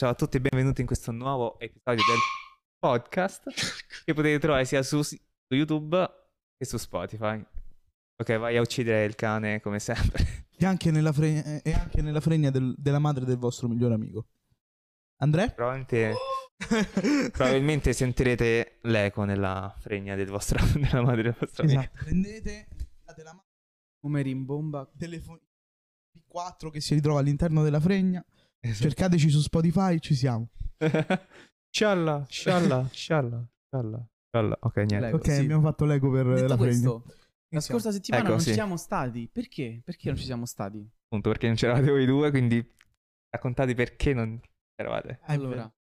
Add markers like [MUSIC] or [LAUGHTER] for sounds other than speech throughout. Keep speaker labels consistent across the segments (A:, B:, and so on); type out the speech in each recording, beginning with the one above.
A: Ciao a tutti e benvenuti in questo nuovo episodio del
B: [LAUGHS]
A: podcast che potete trovare sia su, su YouTube che su Spotify. Ok, vai a uccidere il cane come sempre. [LAUGHS]
C: E anche nella, fre- e anche nella fregna del- della madre del vostro migliore amico. Andrea?
A: Probabilmente,
C: [LAUGHS]
A: probabilmente sentirete l'eco nella fregna del vostro, [LAUGHS] della madre del vostro amico.
C: Esatto. Prendete date la mano
B: Come rimbomba.
C: telefonino P4 che si ritrova all'interno della fregna.
A: Esatto.
C: Cercateci su Spotify, ci siamo.
A: Scialla, [LAUGHS] scialla, scialla, scialla, scialla. Ok, niente.
B: Ecco,
C: ok,
B: sì.
C: abbiamo fatto l'ego per eh,
B: Detto
C: la fregna.
B: questo, la
C: Iniziamo.
B: scorsa settimana
A: Ecco,
B: non
A: sì.
B: ci siamo stati. Perché? Perché
C: Mm.
B: non ci siamo stati?
A: Appunto perché non c'eravate voi due, quindi raccontate perché non c'eravate.
C: Ah, è
B: Allora,
C: vero.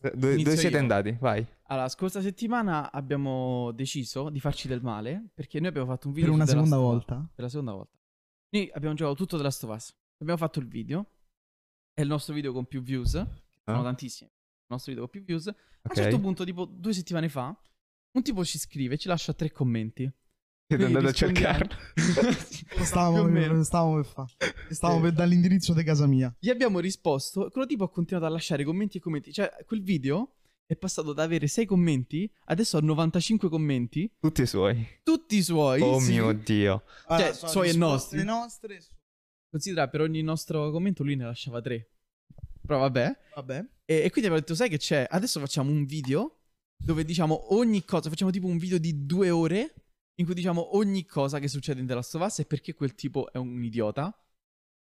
A: Dove- Dove,
B: Inizio
A: siete
B: io.
A: andati? Vai.
B: Allora, la scorsa settimana abbiamo deciso di farci del male perché noi abbiamo fatto un video
C: Per una
B: su The Last
C: seconda
B: of Us.
C: volta.
B: Per la seconda volta. Noi abbiamo giocato tutto The Last of Us. Abbiamo fatto il video. È il nostro video con più views. Che sono
A: Ah.
B: tantissime. Il nostro video con più views. A
A: Ok.
B: un certo punto, tipo due settimane fa, un tipo ci scrive, ci lascia tre
C: [LAUGHS]
B: commenti.
A: Siete
B: Quindi
A: andati a
B: rispondiamo.
A: cercarlo.
B: [LAUGHS] Più o
C: Stavamo,
B: meno.
C: per, stavamo per fa. Stavamo per dare l'indirizzo di casa mia.
B: Gli abbiamo risposto e quello tipo ha continuato a lasciare commenti e commenti. Cioè, quel video è passato da avere 6 commenti, adesso ha 95 commenti,
A: Tutti i suoi.
B: tutti i suoi.
A: Oh
B: sì.
A: mio dio.
B: Cioè,
C: sono
B: suoi e
C: risposte
B: nostri.
C: nostre. su-
B: Considera, per ogni nostro commento lui ne lasciava 3. Però vabbè.
C: Vabbè. [LAUGHS]
B: E, e quindi abbiamo detto, sai che c'è? Adesso facciamo un video dove diciamo ogni cosa, facciamo tipo un video di due ore in cui diciamo ogni cosa che succede in The Last of Us e perché quel tipo è un idiota.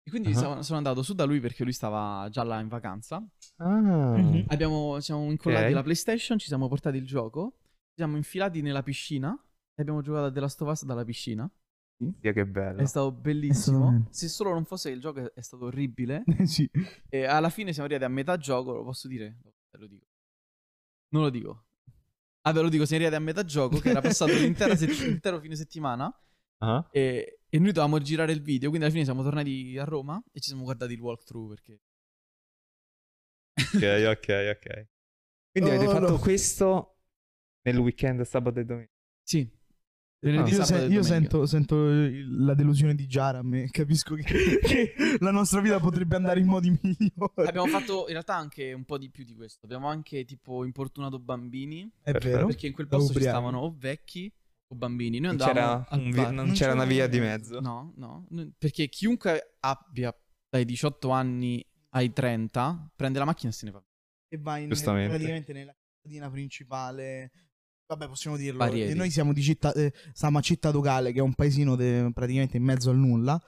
B: E quindi
A: Ah.
B: sono- sono andato su da lui perché lui stava già là in vacanza.
A: Ah.
C: Mhm.
B: Abbiamo, siamo incollati
A: Ok.
B: alla PlayStation, ci siamo portati il gioco, ci siamo infilati nella piscina e abbiamo giocato a The Last of Us dalla piscina.
A: Dio che bello.
B: È stato bellissimo.
C: Assolutamente.
B: Se solo non fosse che il gioco è, è stato orribile.
C: sì.
B: e alla fine siamo arrivati a metà gioco, lo posso dire? No, te lo dico. Non lo dico. Vabbè, lo dico, siamo arrivati a metà gioco, che era passato l'intera sett- l'intero fine settimana
A: Ah?
B: e, e noi dovevamo girare il video, quindi alla fine siamo tornati a Roma e ci siamo guardati il walkthrough perché...
A: Ok, ok, ok. Quindi avete
C: Oh,
A: fatto
C: no.
A: questo nel weekend sabato e domenica.
B: Sì.
A: Ah.
B: Venerdì,
C: Io,
B: sabato
C: se-
B: e
C: io
B: domenica.
C: sento, sento il- la delusione di Giara, a me capisco che, [LAUGHS] che la nostra vita potrebbe andare in modi migliori.
B: Abbiamo fatto in realtà anche un po' di più di questo. Abbiamo anche tipo importunato bambini.
C: È vero.
B: Perché in quel
C: Da
B: posto ci
C: ubriachi.
B: stavano o vecchi o bambini. Noi
A: Non
B: andavamo
A: c'era,
B: al
A: un vi-
B: bar.
A: non
C: Non
A: c'era una
C: c'era
A: via di
C: niente.
A: mezzo.
B: No, no. n- Perché chiunque abbia dai 18 anni ai 30 prende la macchina e se ne va.
C: E vai in-
A: Giustamente.
C: praticamente nella cittadina principale. Vabbè, possiamo dirlo.
B: Barrieri.
C: E noi siamo di città, eh, siamo a Città Ducale, che è un paesino de- praticamente in mezzo al nulla,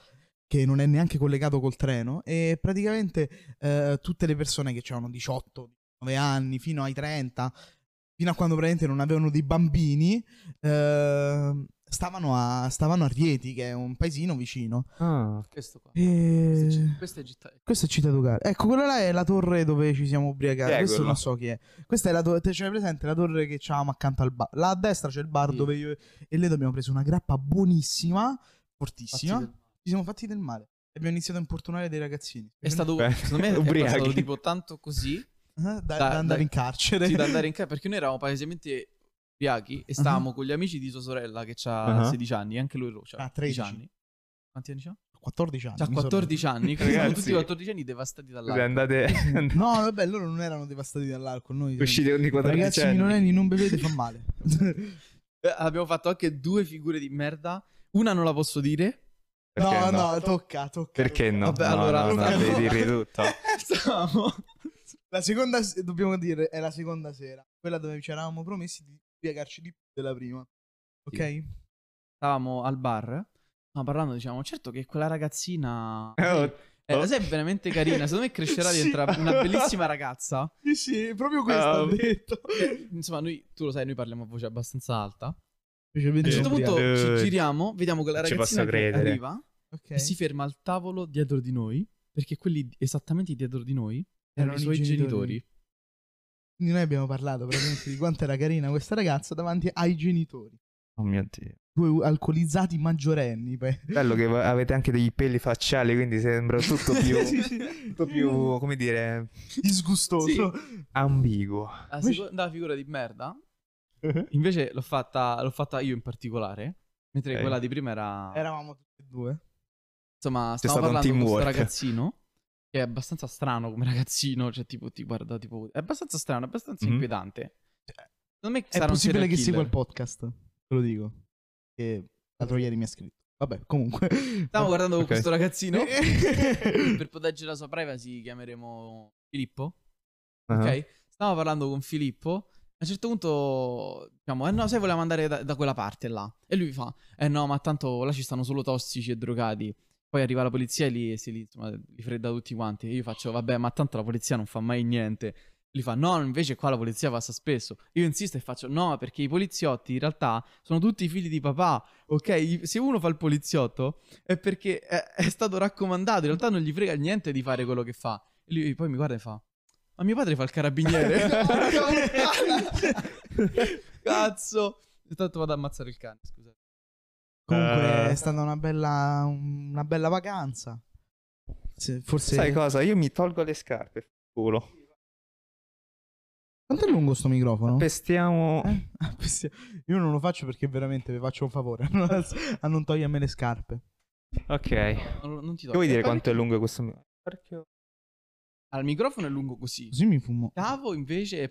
C: che non è neanche collegato col treno. E praticamente eh, tutte le persone che avevano 18, 19 anni, fino ai 30, fino a quando praticamente non avevano dei bambini, eh, stavano, a, stavano a Rieti, che è un paesino vicino.
A: Ah,
B: Questo
C: Eh.
B: qua. Questa è
C: E...
B: citt- Questa è città.
C: Questo è Città Ducale. Ecco, quella là è la torre dove ci siamo ubriacati.
A: Chi è
C: Questo
A: quello?
C: non so chi è. Questa è la torre. C'è presente la torre che c'avevamo accanto al bar. Là a destra c'è il bar
B: Sì.
C: dove io e lei abbiamo preso una grappa buonissima, fortissima.
B: Fatti del-
C: Ci siamo fatti del male. E Abbiamo iniziato a importunare dei ragazzini.
B: È stato,
A: Beh,
B: secondo me, è
A: ubriachi.
B: passato tipo tanto così
C: Eh, da, da
B: da-
C: andare
B: da-
C: in carcere. [LAUGHS]
B: sì, da andare in casa perché noi eravamo palesemente ubriachi e stavamo con gli amici di sua sorella che ha
A: Ah.
B: 16 anni, anche lui c'ha
C: Ah,
B: 13
C: 13.
B: anni. Quanti anni c'ha?
C: 14 anni.
B: C'ha
C: mi sono-
B: 14 anni, quindi siamo
A: Ragazzi.
B: tutti 14 anni
A: Così
B: devastati dall'alcol.
A: andate, andate
C: No, vabbè, loro non erano devastati dall'alcol. Noi
A: uscite con i
C: ragazzi
A: 14 anni.
C: minorenni, non bevete, fa male.
B: Eh, Abbiamo fatto anche due figure di merda. Una non la posso dire.
A: Perché
C: no, no, tocca, tocca.
A: Perché no?
B: Vabbè,
A: No,
B: allora,
A: no, no,
B: Luca,
A: devi
B: no.
A: dirgli
C: [LAUGHS]
A: tutto.
B: Stavamo.
C: La seconda, se- dobbiamo dire, è la seconda sera. Quella dove ci eravamo promessi di piegarci di più della prima. Ok?
B: Stavamo al bar. Ma parlando, diciamo, certo che quella ragazzina.
A: Oh,
B: Eh, la sai, è veramente carina. Secondo
A: [LAUGHS]
B: me crescerà
C: Sì.
B: diventerà una bellissima ragazza.
C: Sì, sì, proprio questo
A: Ah,
C: ho detto.
B: Insomma, noi, tu lo sai, noi parliamo a voce abbastanza alta. A
C: A
B: un certo punto
A: Eh,
B: ci
A: eh.
B: giriamo, vediamo quella
A: Ci posso
B: ragazzina che
A: credere.
B: arriva e si ferma al tavolo dietro di noi. Perché quelli esattamente dietro di noi erano, i suoi genitori.
C: Quindi noi abbiamo parlato praticamente di quanto era carina questa ragazza davanti ai genitori.
A: oh mio dio.
C: Due alcolizzati maggiorenni. pe-
A: Bello che va- avete anche degli peli facciali, quindi sembra
C: [LAUGHS]
A: tutto più, tutto più come dire,
C: Disgustoso.
A: ambiguo.
B: La seconda figura di merda Invece l'ho fatta, l'ho fatta io in particolare. Mentre
A: Ok.
B: quella di prima era.
C: [LAUGHS] Eravamo tutti e due.
B: Insomma,
A: C'è stato
B: stavo
A: un
B: parlando con questo
A: teamwork.
B: ragazzino. che è abbastanza strano come [LAUGHS] ragazzino, cioè tipo ti guarda tipo... È abbastanza strano, è abbastanza
A: Mhm.
B: inquietante. Secondo me
C: È
B: sarà un
C: possibile che
B: serial
C: segua
B: killer.
C: il podcast, te lo dico. Che l'altro ieri mi ha scritto. Vabbè, comunque.
B: Stavo guardando
A: Ok.
B: questo ragazzino.
C: [LAUGHS] Eh,
B: per proteggere la sua privacy chiameremo Filippo.
A: Ah,
B: Ok? Stavo parlando con Filippo. A un certo punto, diciamo, eh no, sai, volevamo andare da, da quella parte là. E lui mi fa, eh no, ma tanto là ci stanno solo tossici e drogati. Poi arriva la polizia e li, se li, insomma, li fredda tutti quanti. E io faccio, vabbè, ma tanto la polizia non fa mai niente. Lui fa, no, invece qua la polizia passa spesso. Io insisto e faccio, no, perché i poliziotti in realtà sono tutti figli di papà. Ok, I- se uno fa il poliziotto è perché è, è stato raccomandato. In realtà non gli frega niente di fare quello che fa. E lui poi mi guarda e fa, ma mio padre fa il carabiniere.
C: [LAUGHS]
B: [LAUGHS] Porca puttana! Cazzo. Intanto vado ad ammazzare il cane, scusate.
C: Comunque
A: Eh.
C: è stata una bella, una bella vacanza. Se- forse.
A: Sai cosa? Io mi tolgo le scarpe. Culo.
C: Quanto è lungo sto microfono? [LAUGHS]
A: Pestiamo.
C: Eh? Ah, bestia. Io non lo faccio perché veramente vi faccio un favore [LAUGHS] a non togliermi le scarpe.
A: Ok. Che
B: Non, non ti do.
A: vuoi dire
B: Eh,
A: quanto è lungo questo mio?
B: Al microfono è lungo così.
C: Così mi fumo.
B: Cavo invece è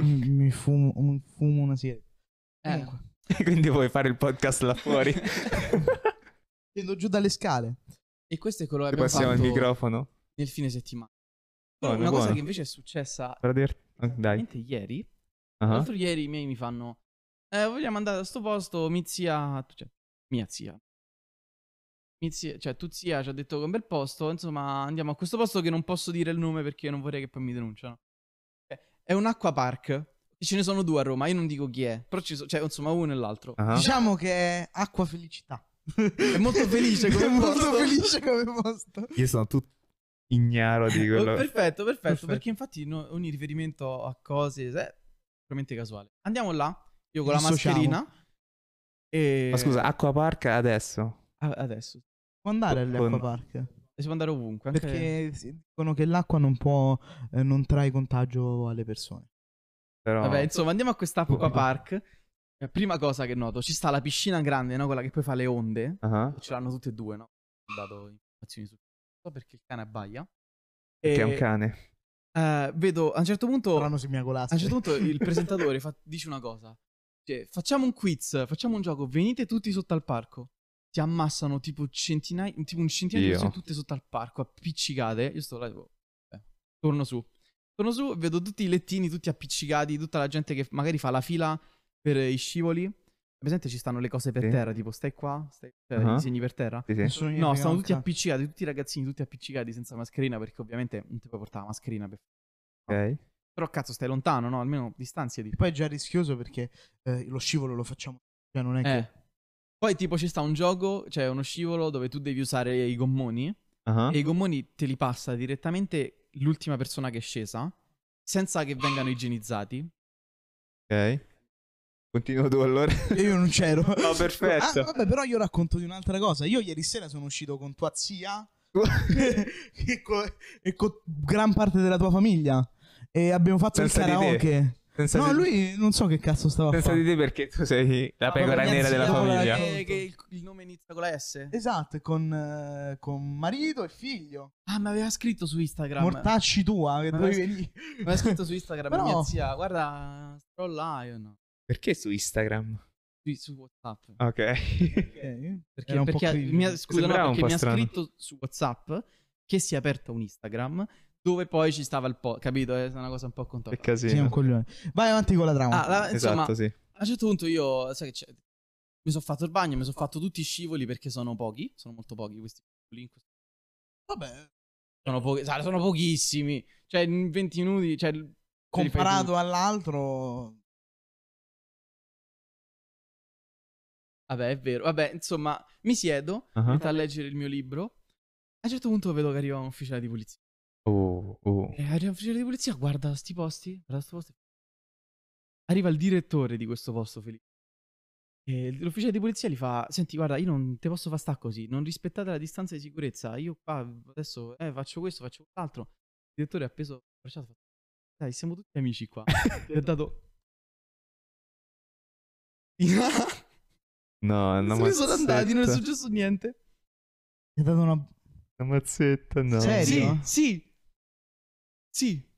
C: [LAUGHS] mi mi fumo, mi fumo una sigaretta.
B: Eh,
C: Comunque,
A: [LAUGHS] Quindi vuoi fare il podcast là fuori? Ti
C: scendo giù dalle scale.
B: e questo è quello che abbiamo
A: passiamo il
B: fatto
A: microfono.
B: nel fine settimana.
A: Buono,
B: una cosa
A: buono.
B: che invece è successa
A: Per dir- ah, Dai.
B: veramente ieri.
A: Ah,
B: L'altro ieri i miei mi fanno eh, vogliamo andare a sto posto, mi zia, cioè, mia zia. Mi zia, cioè tu zia ci ha detto che è un bel posto, insomma andiamo a questo posto che non posso dire il nome perché non vorrei che poi mi denunciano. Eh, È un acquapark, ce ne sono due a Roma, io non dico chi è, però ci sono, cioè insomma uno e l'altro.
A: ah.
C: Diciamo che è acqua felicità.
B: È
C: [LAUGHS]
B: molto felice come
C: È molto
B: posto.
C: felice come posto.
A: Io sono tutto ignaro di
B: Oh,
A: quello.
B: perfetto, perfetto,
C: Perfetto.
B: perché infatti no- ogni riferimento a cose è veramente casuale. Andiamo là, io con la
C: Dissociamo.
B: mascherina. E...
A: Ma scusa, Acqua Park adesso?
B: A- adesso
C: Può andare
A: Con-
C: all'acquapark.
B: si può andare ovunque. Anche...
C: Perché si- dicono che l'acqua non può, eh, non trae contagio alle persone.
A: Però...
B: Vabbè, insomma, andiamo a questa
A: Ovunque.
B: acqua park. Eh, Prima cosa che noto, ci sta la piscina grande, no? Quella che poi fa le onde.
A: Ah,
B: Ce l'hanno tutte e due, no? Ho dato informazioni su so perché il cane abbaia.
A: Che è
B: E,
A: un cane.
B: eh, vedo a un certo punto
C: Saranno se mi
B: A un certo punto
C: [LAUGHS]
B: il presentatore fa- dice una cosa. Cioè, facciamo un quiz, facciamo un gioco, venite tutti sotto al parco. Ti ammassano tipo centinaia, tipo un centinaio di
A: Dio.
B: persone tutte sotto al parco, appiccicate. Io sto là tipo, eh, torno su. Torno su, vedo tutti i lettini, tutti appiccicati, tutta la gente che magari fa la fila per i scivoli. Presente ci stanno le cose per
A: Sì.
B: terra, tipo stai qua, stai, cioè,
A: Ah.
B: i disegni per terra.
A: Sì, sì.
C: Nessuno gli
B: No,
C: frega
B: stavano
C: un
B: tutti
C: cazzo.
B: appiccicati, tutti i ragazzini tutti appiccicati senza mascherina perché ovviamente non ti puoi portare la mascherina. Per...
A: Ok.
B: Però cazzo stai lontano, no? Almeno distanziati.
C: Poi è già rischioso perché eh, lo scivolo lo facciamo. Cioè, non è che.
B: Eh. Poi tipo ci sta un gioco, cioè uno scivolo dove tu devi usare i gommoni
A: Ah,
B: e i gommoni te li passa direttamente l'ultima persona che è scesa senza che vengano igienizzati.
A: Ok. Continuo tu allora.
C: Io io non c'ero.
A: No, perfetto.
C: Ah, vabbè, però io racconto di un'altra cosa. Io ieri sera sono uscito con tua zia [LAUGHS] e, co- e con gran parte della tua famiglia. E abbiamo fatto
A: Senza
C: il
A: di te.
C: karaoke.
A: Senza
C: No,
A: di-
C: lui non so che cazzo stava a
A: Senza
C: fare.
A: di te perché tu sei la
B: Ah,
A: pecora
C: vabbè,
A: nera
C: anzi,
A: della
C: io volevo
A: famiglia.
C: dire-
B: Che, che il, il nome inizia con la S.
C: Esatto, con, eh, con marito e figlio.
B: Ah, mi aveva scritto su Instagram.
C: Mortacci tua, che
B: Ma
C: dovevi
B: vai-
C: venire.
B: Mi aveva scritto su Instagram
C: Però-
B: mia zia, guarda, scroll là, io no.
A: Perché su Instagram?
B: Qui su WhatsApp.
A: Ok.
B: [LAUGHS]
C: Ok.
B: Perché,
C: Era Ah, un po'
B: perché
C: cringe.
B: mi ha, scusa, no,
A: Sembrava un
B: perché
A: po'
B: mi ha
A: strano.
B: scritto su WhatsApp che si è aperta un Instagram dove poi ci stava il po', capito? Eh, È una cosa un po'
A: Che
C: Sì,
B: contorta.
C: è un
A: casino.
C: coglione. Vai avanti con la trama.
B: Ah, la- insomma,
A: Esatto, sì.
B: A un certo punto io, sai che c'è? Mi sono fatto il bagno, mi sono fatto tutti i scivoli perché sono pochi, sono molto pochi questi scivoli. in questo-
C: Vabbè,
B: Sono, pochi, sa- sono pochissimi, cioè in 20 minuti, cioè... l- te li fai tutti.
C: comparato all'altro,
B: Vabbè, è vero. Vabbè, insomma, mi siedo,
A: Ah.
B: metto a leggere il mio libro. A un certo punto vedo che arriva un ufficiale di polizia.
A: Oh, oh.
B: E arriva un ufficiale Eh, di polizia, guarda sti posti, guarda sto posto. Arriva il direttore di questo posto, Felipe. E l'ufficiale di polizia gli fa: Senti, guarda, io non te posso far sta così. Non rispettate la distanza di sicurezza. Io qua adesso eh, faccio questo, faccio quell'altro. Il direttore ha appeso. ha abbracciato, ha fatto, Dai, siamo tutti amici qua. Gli ha dato.
A: No, non
B: [LAUGHS] Se ne sono andati, non è successo niente.
C: è dato una...
A: La mazzetta, no.
C: Serio?
B: Sì, sì. Sì.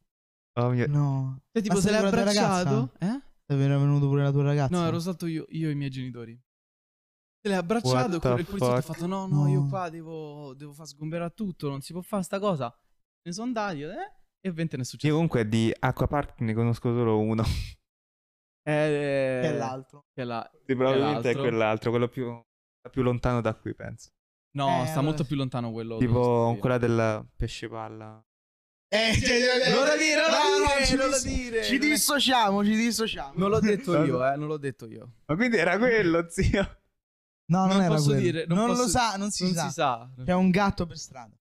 A: Oh mio-
C: No.
B: Cioè, tipo,
C: Ma
B: se l'ha
C: sei con la tua
B: abbracciato. Eh?
C: È venuto pure la tua ragazza.
B: No, ero stato io, io e i miei genitori. Se l'ha abbracciato
A: What
B: e con
A: the
B: il poliziotto ha
A: fuck?
B: fatto: No, no, io
C: No.
B: qua devo, devo far sgomberare tutto. Non si può fare sta cosa. Ne sono andati, eh? E vente
A: Io
B: ne è successo.
A: comunque di Aqua Park ne conosco solo uno.
B: Eh,
C: Che è l'altro.
B: che è la-
A: Sì, probabilmente è
B: Quell'altro.
A: quell'altro, quello più, più lontano da qui, penso.
B: No,
C: Eh,
B: sta
C: allora-
B: molto più lontano quello. dove sto
A: tipo
B: io.
A: quella del pesce palla. Ah,
C: Eh, cioè,
B: Non lo dire, non
C: no,
B: lo
C: no,
B: dire,
C: ci
B: non lo
C: dis-
B: dire.
C: Ci dissociamo, ci dissociamo.
B: Non
A: [LAUGHS]
B: l'ho detto io, eh, non l'ho detto io.
A: Ma quindi
B: Mm.
A: era quello, zio.
C: No, non,
B: Non
C: era
B: posso
C: quello.
B: dire, non
C: non
B: posso-
C: lo sa, non si
B: non
C: sa.
B: si sa.
C: C'è un gatto per strada.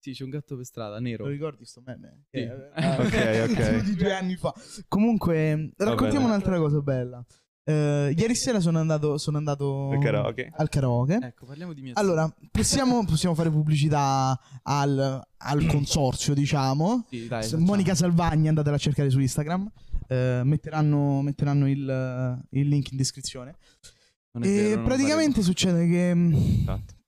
B: Sì, c'è un gatto per strada,
C: Lo
B: nero.
C: ricordi sto meme?
B: Esatto.
C: Eh,
B: Sì. [LAUGHS]
C: [LAUGHS]
A: Ok, ok.
C: Più di due anni fa. Comunque, raccontiamo
A: bene.
C: un'altra cosa bella. Eh, ieri sera sono andato, sono andato
A: Al karaoke.
C: al karaoke.
B: Ecco, parliamo di mia
C: Allora, possiamo, possiamo fare pubblicità al, al consorzio, diciamo.
B: zia. Sì, dai,
C: S-
B: facciamo.
C: Monica Salvagni, andatela a cercare su Instagram. Eh, metteranno metteranno il, il link in descrizione.
B: Non è
C: E
B: vero, non
C: Eh, praticamente succede che. mh,
A: Tanto.
B: Mm.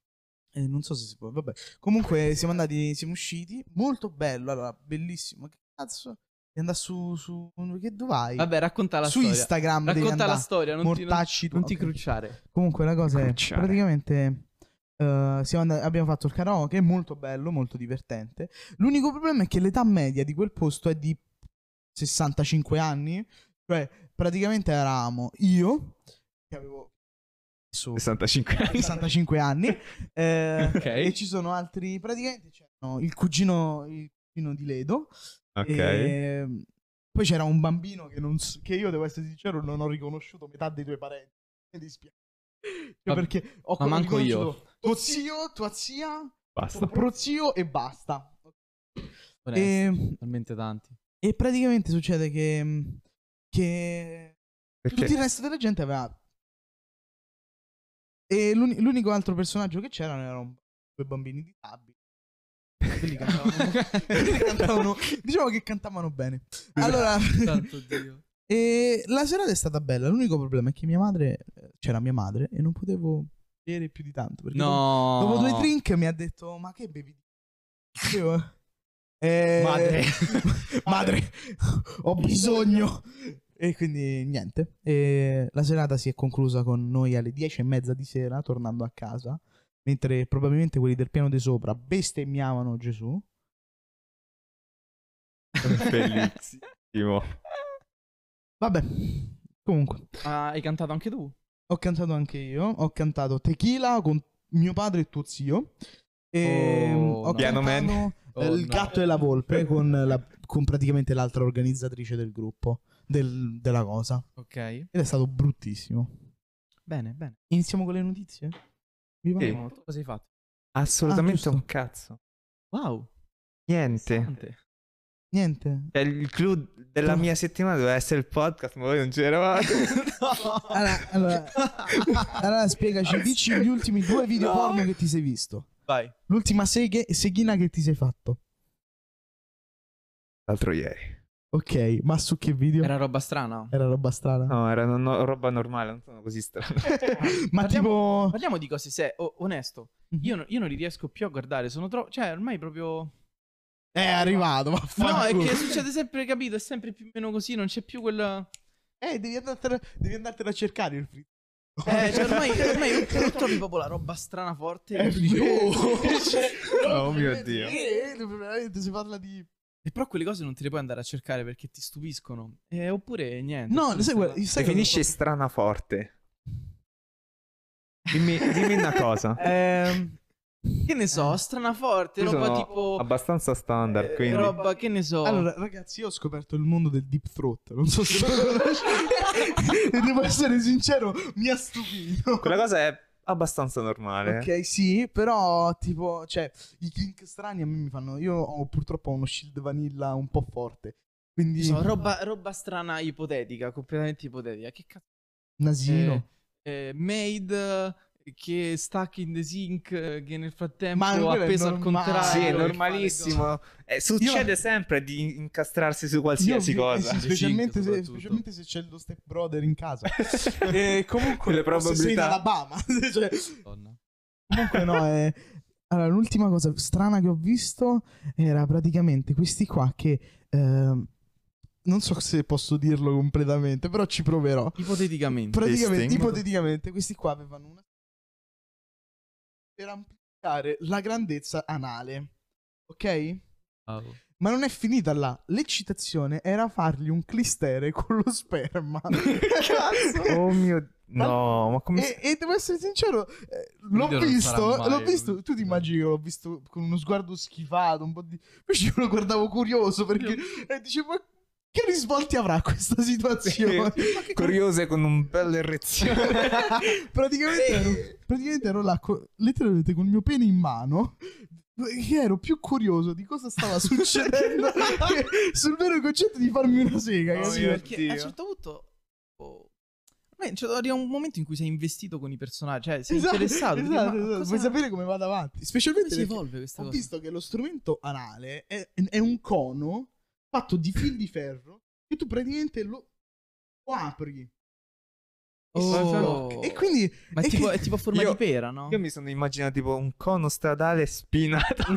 C: eh, non so se si può, vabbè. Comunque siamo andati, siamo usciti. Molto bello, allora, bellissimo. Che cazzo? Devi andare su. su che dove vai?
B: faremo. Vabbè, racconta la
C: su
B: storia.
C: Instagram. devi
B: Racconta la
C: andare.
B: storia, non ti, non,
C: Mortacci tu.
B: non ti
C: Ok. Eh.
B: crucciare.
C: Comunque la cosa è
A: Crucciare.
C: praticamente eh, siamo andati- abbiamo fatto il karaoke, molto bello, molto divertente. L'unico problema è che l'età media di quel posto è di 65 anni, cioè praticamente eravamo io che avevo su
A: 65 anni.
C: 65
B: [LAUGHS]
C: anni eh,
B: Esatto. Ok.
C: e ci sono altri praticamente c'erano il cugino il cugino di Ledo
A: Ok.
B: Eh,
C: e poi c'era un bambino che, non s- che io devo essere sincero non ho riconosciuto metà dei tuoi parenti. Mi dispiace. Cioè,
B: Vabbè,
C: perché ho
B: ma manco io.
C: riconosciuto Tuo zio, tua zia,
A: Basta.
C: tuo prozio e basta.
B: Non è
C: E, [LAUGHS]
B: talmente tanti.
C: e praticamente succede che, che tutto il
A: [LAUGHS] Perché?
C: resto della gente aveva. E l'uni- l'unico altro personaggio che c'erano erano due bambini disabili. Quelli
B: [LAUGHS]
C: cantavano, quelli cantavano- diciamo che cantavano bene. Allora,
B: Santo Dio.
C: E la serata è stata bella. L'unico problema è che mia madre. eh, C'era mia madre e non potevo bere più di tanto. Perché
B: No.
C: dopo, dopo due drink mi ha detto: Ma che bevi? Io, eh,
B: Madre.
C: madre, [LAUGHS] ho bisogno. E quindi niente. E la serata si è conclusa con noi alle dieci e mezza di sera, tornando a casa. Mentre probabilmente quelli del piano di sopra bestemmiavano Gesù.
A: Bellissimo.
C: Vabbè, comunque.
B: [LAUGHS] Ah, hai cantato anche tu?
C: Ho cantato anche io. Ho cantato Tequila con mio padre e tuo zio. E mm,
B: Oh,
C: ho
B: no.
A: Piano
C: cantato eh,
B: Oh,
C: Il
B: no.
C: gatto e la volpe con, la- con praticamente l'altra organizzatrice del gruppo. del- della cosa.
B: Ok.
C: Ed è stato bruttissimo.
B: Bene, bene.
C: Iniziamo con le notizie? Vi va?
A: Sì.
B: Ottimo, tu Cosa hai fatto?
A: Assolutamente
C: Ah, giusto.
A: un cazzo.
B: Wow.
A: Niente.
B: tante.
C: Niente.
A: Cioè, il clou della mia settimana doveva essere il podcast, ma voi non c'eravate.
C: Allora, allora-
B: [LAUGHS]
C: allora spiegaci, dici gli ultimi due video
B: No.
C: porno che ti sei visto.
B: Vai.
C: L'ultima seghe- seghina che ti sei fatto.
A: [LAUGHS] L'altro ieri.
C: Ok, ma su che video? Era,
B: Era roba strana.
C: roba strana.
A: No, era non- no- roba normale, non sono così strano.
C: Ma tipo...
B: Parliamo di cose se o- onesto. Io, non- io non li riesco più a guardare, sono troppo. Cioè, ormai proprio.
C: [LAUGHS] È arrivato,
B: No, è
C: vaffanculo.
B: che succede sempre, capito? È sempre più o meno così, non c'è più quel.
C: Eh, devi andartene, devi andartene a cercare il fritto.
B: Eh, cioè,
C: [LAUGHS]
B: ormai, ormai non- non trovi proprio la roba strana forte. [LAUGHS] e tu dici, "Oh".
A: Oh mio Dio.
C: Eh, veramente si parla di...
B: E però quelle cose non te le puoi andare a cercare perché ti stupiscono. Eh, oppure niente.
C: No,
B: Oppure
C: sai, guarda,
B: sembra-
C: sai cosa-
A: Definisci strana forte. Dimmi, dimmi una cosa.
B: Ehm, che ne so, strana forte,
A: Eh. Io
B: roba
A: sono
B: tipo.
A: abbastanza standard,
B: eh,
A: quindi
B: Roba, che ne so.
C: Allora, ragazzi, io ho scoperto il mondo del deep throat. Non so se lo [LAUGHS] conoscete. E devo essere sincero, mi ha stupito.
A: quella cosa è abbastanza normale. eh.
C: Ok, sì, però tipo, cioè, i kink strani a me mi fanno... Io ho purtroppo uno shield vanilla un po' forte. Quindi...
B: Non so, roba, roba strana ipotetica, completamente ipotetica. Che cazzo?
C: Nasino.
B: eh, maid eh, che stacchi in the sink eh, che nel frattempo
C: Ma quello
B: ha
C: è
B: appeso al
C: normale.
B: contrario
A: Sì, è
C: Ah,
A: normalissimo. Eh, succede
C: Io-
A: sempre di incastrarsi su
C: Io
A: qualsiasi
C: vi-
A: cosa.
C: eh sì, specialmente, se,
B: Cinque, soprattutto.
C: specialmente se c'è lo step brother in casa. e comunque
A: Le
C: o se sei in
A: probabilità.
C: Alabama. [LAUGHS] cioè,
B: Madonna.
C: comunque no, è- Allora, l'ultima cosa strana che ho visto era praticamente questi qua che... ehm, non so se posso dirlo completamente, però ci proverò.
B: Ipoteticamente.
C: Praticamente,
B: Sting.
C: ipoteticamente, questi qua avevano una... Per ampliare la grandezza anale. Ok?
B: Wow.
C: Ma non è finita là. L'eccitazione era fargli un clistere con lo sperma. [LAUGHS] Cazzo!
A: Oh mio...
C: Ma-
A: No, ma eh, come...
C: E, e devo essere sincero, eh, l'ho
B: Video non
C: visto,
B: sarà mai Eh.
C: l'ho visto,
B: un-
C: tu ti immagini che l'ho visto con uno sguardo schifato, un po' di... Invece io lo guardavo curioso perché e dicevo, ma che risvolti avrà questa situazione? Ma
A: eh,
C: che
A: Curiose con un bel erezione.
C: praticamente, ero,
B: eh.
C: praticamente ero là, co- letteralmente con il mio pene in mano. Che ero più curioso di cosa
B: [LAUGHS]
C: stava succedendo che sul vero concetto di farmi una sega.
A: Oh,
C: capito?
B: Sì,
A: mio
B: perché
A: Dio.
B: a un certo punto. oh, beh, cioè, arriva un momento in cui sei investito con i personaggi, cioè sei
C: Esatto,
B: interessato. dici,
C: esatto,
B: ma
C: esatto.
B: cosa-
C: Vuoi sapere come vado avanti?
B: come
C: Specialmente
B: si
C: perché
B: evolve questa
C: ho
B: cosa?
C: visto che lo strumento anale è, è un cono fatto di fil di ferro che tu praticamente lo, lo apri.
B: Oh.
C: E quindi
B: [LAUGHS] Ma è
C: e
B: tipo,
C: che-
B: è tipo a forma
A: Io-
B: di pera, no?
A: Io mi sono immaginato tipo un cono stradale spinato.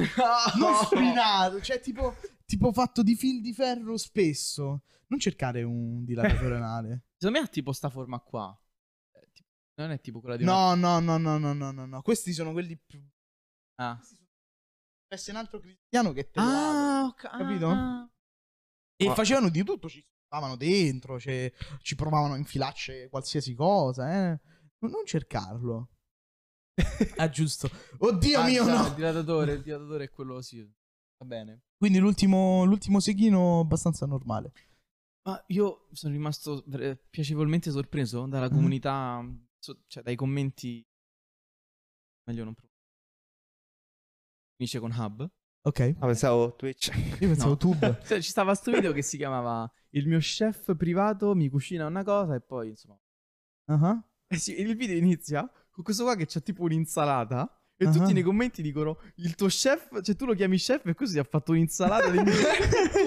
C: non spinato, cioè tipo, tipo fatto di fil di ferro spesso. Non cercare un
B: [LAUGHS]
C: dilatatore anale.
B: Secondo me ha tipo sta forma qua. Eh, tipo- Non è tipo quella di
C: No, no, no, no, no, no, no, no. Questi sono quelli più...
B: una... Ah,
C: Essere un altro cristiano che te lo apre.
B: ah ho ca-
C: Capito?
B: ah.
C: E
A: Ma-
C: facevano di tutto, ci stavano dentro, cioè, ci provavano a infilarci qualsiasi cosa, eh. Non non
B: [LAUGHS]
C: cercarlo. ah, giusto. Oddio
B: Ah,
C: mio,
B: già,
C: no.
B: Il dilatatore, il dilatatore è quello, sì. Va bene.
C: Quindi l'ultimo, l'ultimo seghino abbastanza normale.
B: Ma io sono rimasto eh, piacevolmente sorpreso dalla
C: Mm.
B: comunità, so- cioè dai commenti. Meglio non pro- Finisce con Hub.
C: Ok,
A: Ah, pensavo Twitch.
C: io pensavo
B: No. [LAUGHS]
C: tube.
B: Cioè, ci stava sto video che si chiamava Il mio chef privato mi cucina una cosa e poi, insomma.
C: Ah,
B: Eh sì, il video inizia con questo qua che c'ha tipo un'insalata. E
C: Ah.
B: tutti nei commenti dicono il tuo chef, cioè tu lo chiami chef e così ha fatto
C: [LAUGHS]
B: un'insalata. di-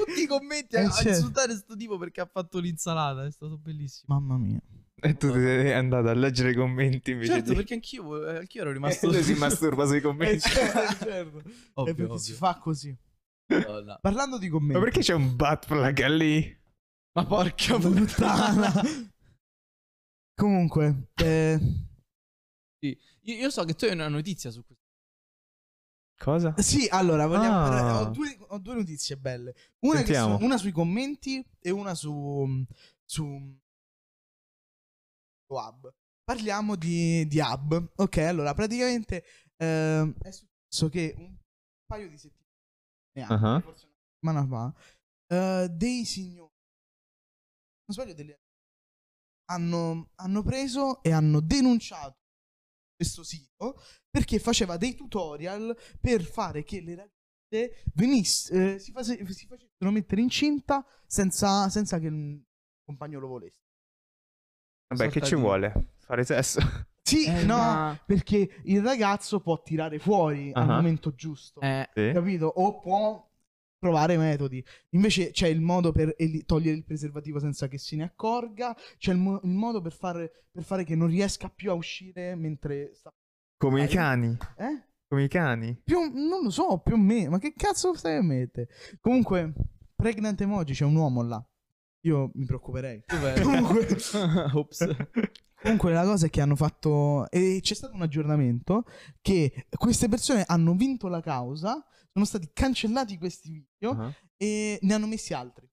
B: tutti i commenti a,
C: Eh,
B: a
C: certo.
B: insultare sto tipo perché ha fatto l'insalata. È stato bellissimo.
C: Mamma mia.
A: E tu sei andato a leggere i commenti invece
B: Certo,
A: di... [LAUGHS]
B: perché anch'io, vo- eh, anch'io ero
A: Eh,
B: rimasto.
A: lui si masturba [LAUGHS] sui
C: Eh,
A: commenti.
C: certo,
B: [LAUGHS]
C: certo.
B: Ovvio,
C: Eh, perché
B: ovvio.
C: si fa così.
B: Oh, no.
C: Parlando di
A: Ma
C: commenti.
A: perché c'è un butt plug lì?
B: Ma porca [LAUGHS]
C: puttana.
B: puttana.
C: Comunque, eh,
B: io, io so che tu hai una notizia su questo.
A: Cosa?
C: Eh, sì, allora, vogliamo,
A: Ah.
C: ho, due, ho due notizie belle. Una, che
A: Sentiamo.
C: sono- una sui commenti e una su... su su hub. Parliamo di, di hub. Ok, allora, praticamente ehm, è successo che un paio di settimane, neanche,
A: Ah.
C: forse una settimana fa, eh, dei signori, non sbaglio, delle hanno, hanno preso e hanno denunciato questo sito perché faceva dei tutorial per fare che le ragazze venisse- eh, si, face- si facessero mettere incinta senza, senza che il compagno lo volesse.
A: Vabbè, che
B: Sorta
A: ci
B: di-
A: vuole? Fare [LAUGHS] sesso.
C: Sì,
B: Eh,
C: no,
B: ma-
C: perché il ragazzo può tirare fuori al
A: Ah.
C: momento giusto,
B: Eh,
A: Sì.
C: capito? O può trovare metodi. Invece c'è il modo per eli- togliere il preservativo senza che se ne accorga, c'è il, mo- il modo per fare, per fare che non riesca più a uscire mentre sta...
A: Come i
C: Dai.
A: cani.
C: Eh?
A: Come i cani.
C: Più, non lo so, più o meno, ma che cazzo stai a mettere? Comunque, pregnant emoji, c'è un uomo là. Io mi preoccuperei.
B: dov'è?
C: [LAUGHS] Comunque- [LAUGHS]
B: [LAUGHS] Ops.
C: Comunque la cosa è che hanno fatto e c'è stato un aggiornamento che queste persone hanno vinto la causa, sono stati cancellati questi video
A: Ah.
C: e ne hanno messi altri.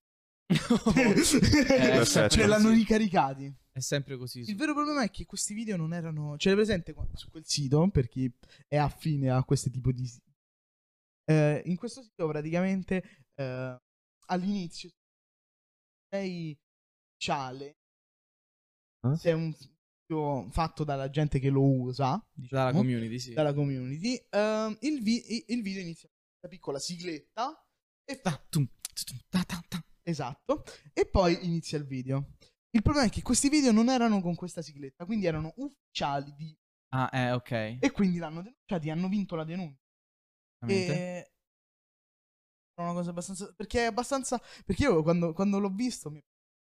B: Eh,
A: Perfetto.
C: cioè l'hanno
B: sì.
C: ricaricati.
B: È sempre così.
C: Il vero problema è che questi video non erano, cioè presente qua- su quel sito per chi è affine a questo tipo di Eh, in questo sito praticamente eh, all'inizio sei ufficiale
A: Eh?
C: se è un sito fatto dalla gente che lo usa, diciamo,
B: Dalla community, sì.
C: dalla community, ehm, il, vi- il video inizia con una piccola sigletta e fa
B: Ta- tum, tum, ta- ta- ta.
C: Esatto. E poi inizia il video. Il problema è che questi video non erano con questa sigletta, quindi erano ufficiali di...
B: Ah, eh, ok.
C: e quindi l'hanno denunciati, hanno vinto la denuncia.
B: Veramente?
C: E... È una cosa abbastanza... perché è abbastanza... perché io quando, quando l'ho visto mi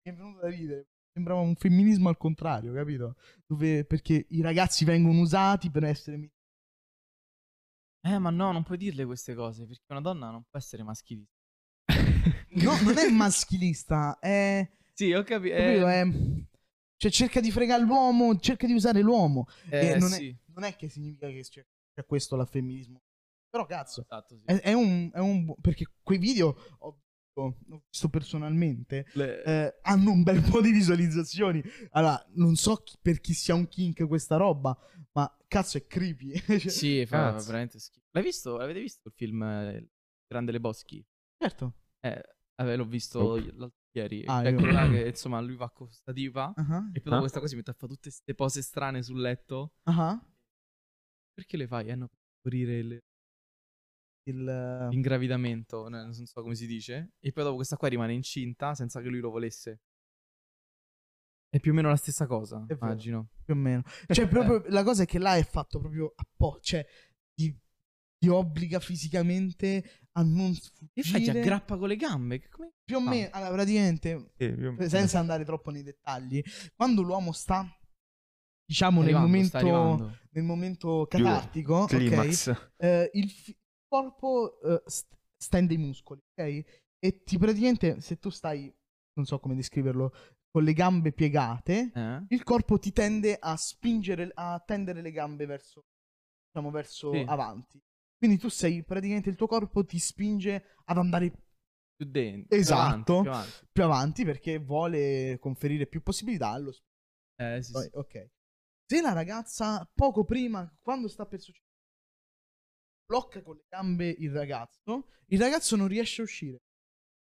C: mi è venuto da ridere. Sembrava un femminismo al contrario, capito? Dove... perché i ragazzi vengono usati per essere...
B: Eh, ma no, non puoi dirle queste cose, perché una donna non può essere maschilista.
C: No, non è maschilista, è...
B: Sì, ho eh, capito.
C: capito, è- Cioè cerca di fregare l'uomo, cerca di usare l'uomo.
B: eh,
C: che non,
B: sì.
C: è, non è che significa che c'è, c'è questo l'affemminismo. Però cazzo,
B: Esatto, sì.
C: è, è un, è un... Perché quei video, ho ho visto personalmente,
B: Le-
C: eh, hanno un bel po' di visualizzazioni. Allora, non so chi- per chi sia un kink questa roba, ma cazzo è creepy. [LAUGHS] Cioè,
B: Sì, fa
A: Cazzo.
B: veramente schifo. L'hai visto? L'avete visto il film eh, Il Grande Le Boschi?
C: Certo.
B: Eh, vabbè, l'ho visto
A: Nope.
B: i- l'altro ieri.
C: Ah,
B: è
C: io-
B: quello là che, insomma, lui va con questa diva
C: Ah,
B: e poi dopo
A: Ah.
B: questa cosa si mette a fare tutte queste pose strane sul letto.
C: ah,
B: Perché le fai? Eh no, per favorire il-
C: il- eh,
B: l'ingravidamento, no, non so come si dice. E poi dopo questa qua rimane incinta senza che lui lo volesse. È più o meno la stessa cosa,
C: È vero.
B: immagino.
C: più o meno. Cioè, proprio la cosa è che là è fatto proprio a po', cioè ti, ti obbliga fisicamente a non
B: E fai ti
C: sfuggire.
B: aggrappa con le gambe. che Come...
C: più o
B: Ah.
C: meno, allora, praticamente,
A: Sì, più o meno.
C: senza andare troppo nei dettagli, quando l'uomo sta diciamo
B: Arrivando, sta
C: nel momento
B: arrivando.
C: nel momento catartico, ok?
A: Climax.
C: eh, il, fi- il corpo eh, st- stende i muscoli, ok? E ti praticamente, se tu stai, non so come descriverlo, con le gambe piegate,
B: Eh?
C: il corpo ti tende a spingere, a tendere le gambe verso, diciamo, verso
B: Sì.
C: avanti. Quindi tu sei, praticamente il tuo corpo ti spinge ad andare
B: Più dentro.
C: Esatto.
B: Più avanti,
C: più avanti perché vuole conferire più possibilità allo spazio.
B: più avanti. Eh, sì, sì.
C: Ok. Se la ragazza, poco prima, quando sta per succedere, blocca con le gambe il ragazzo, il ragazzo non riesce a uscire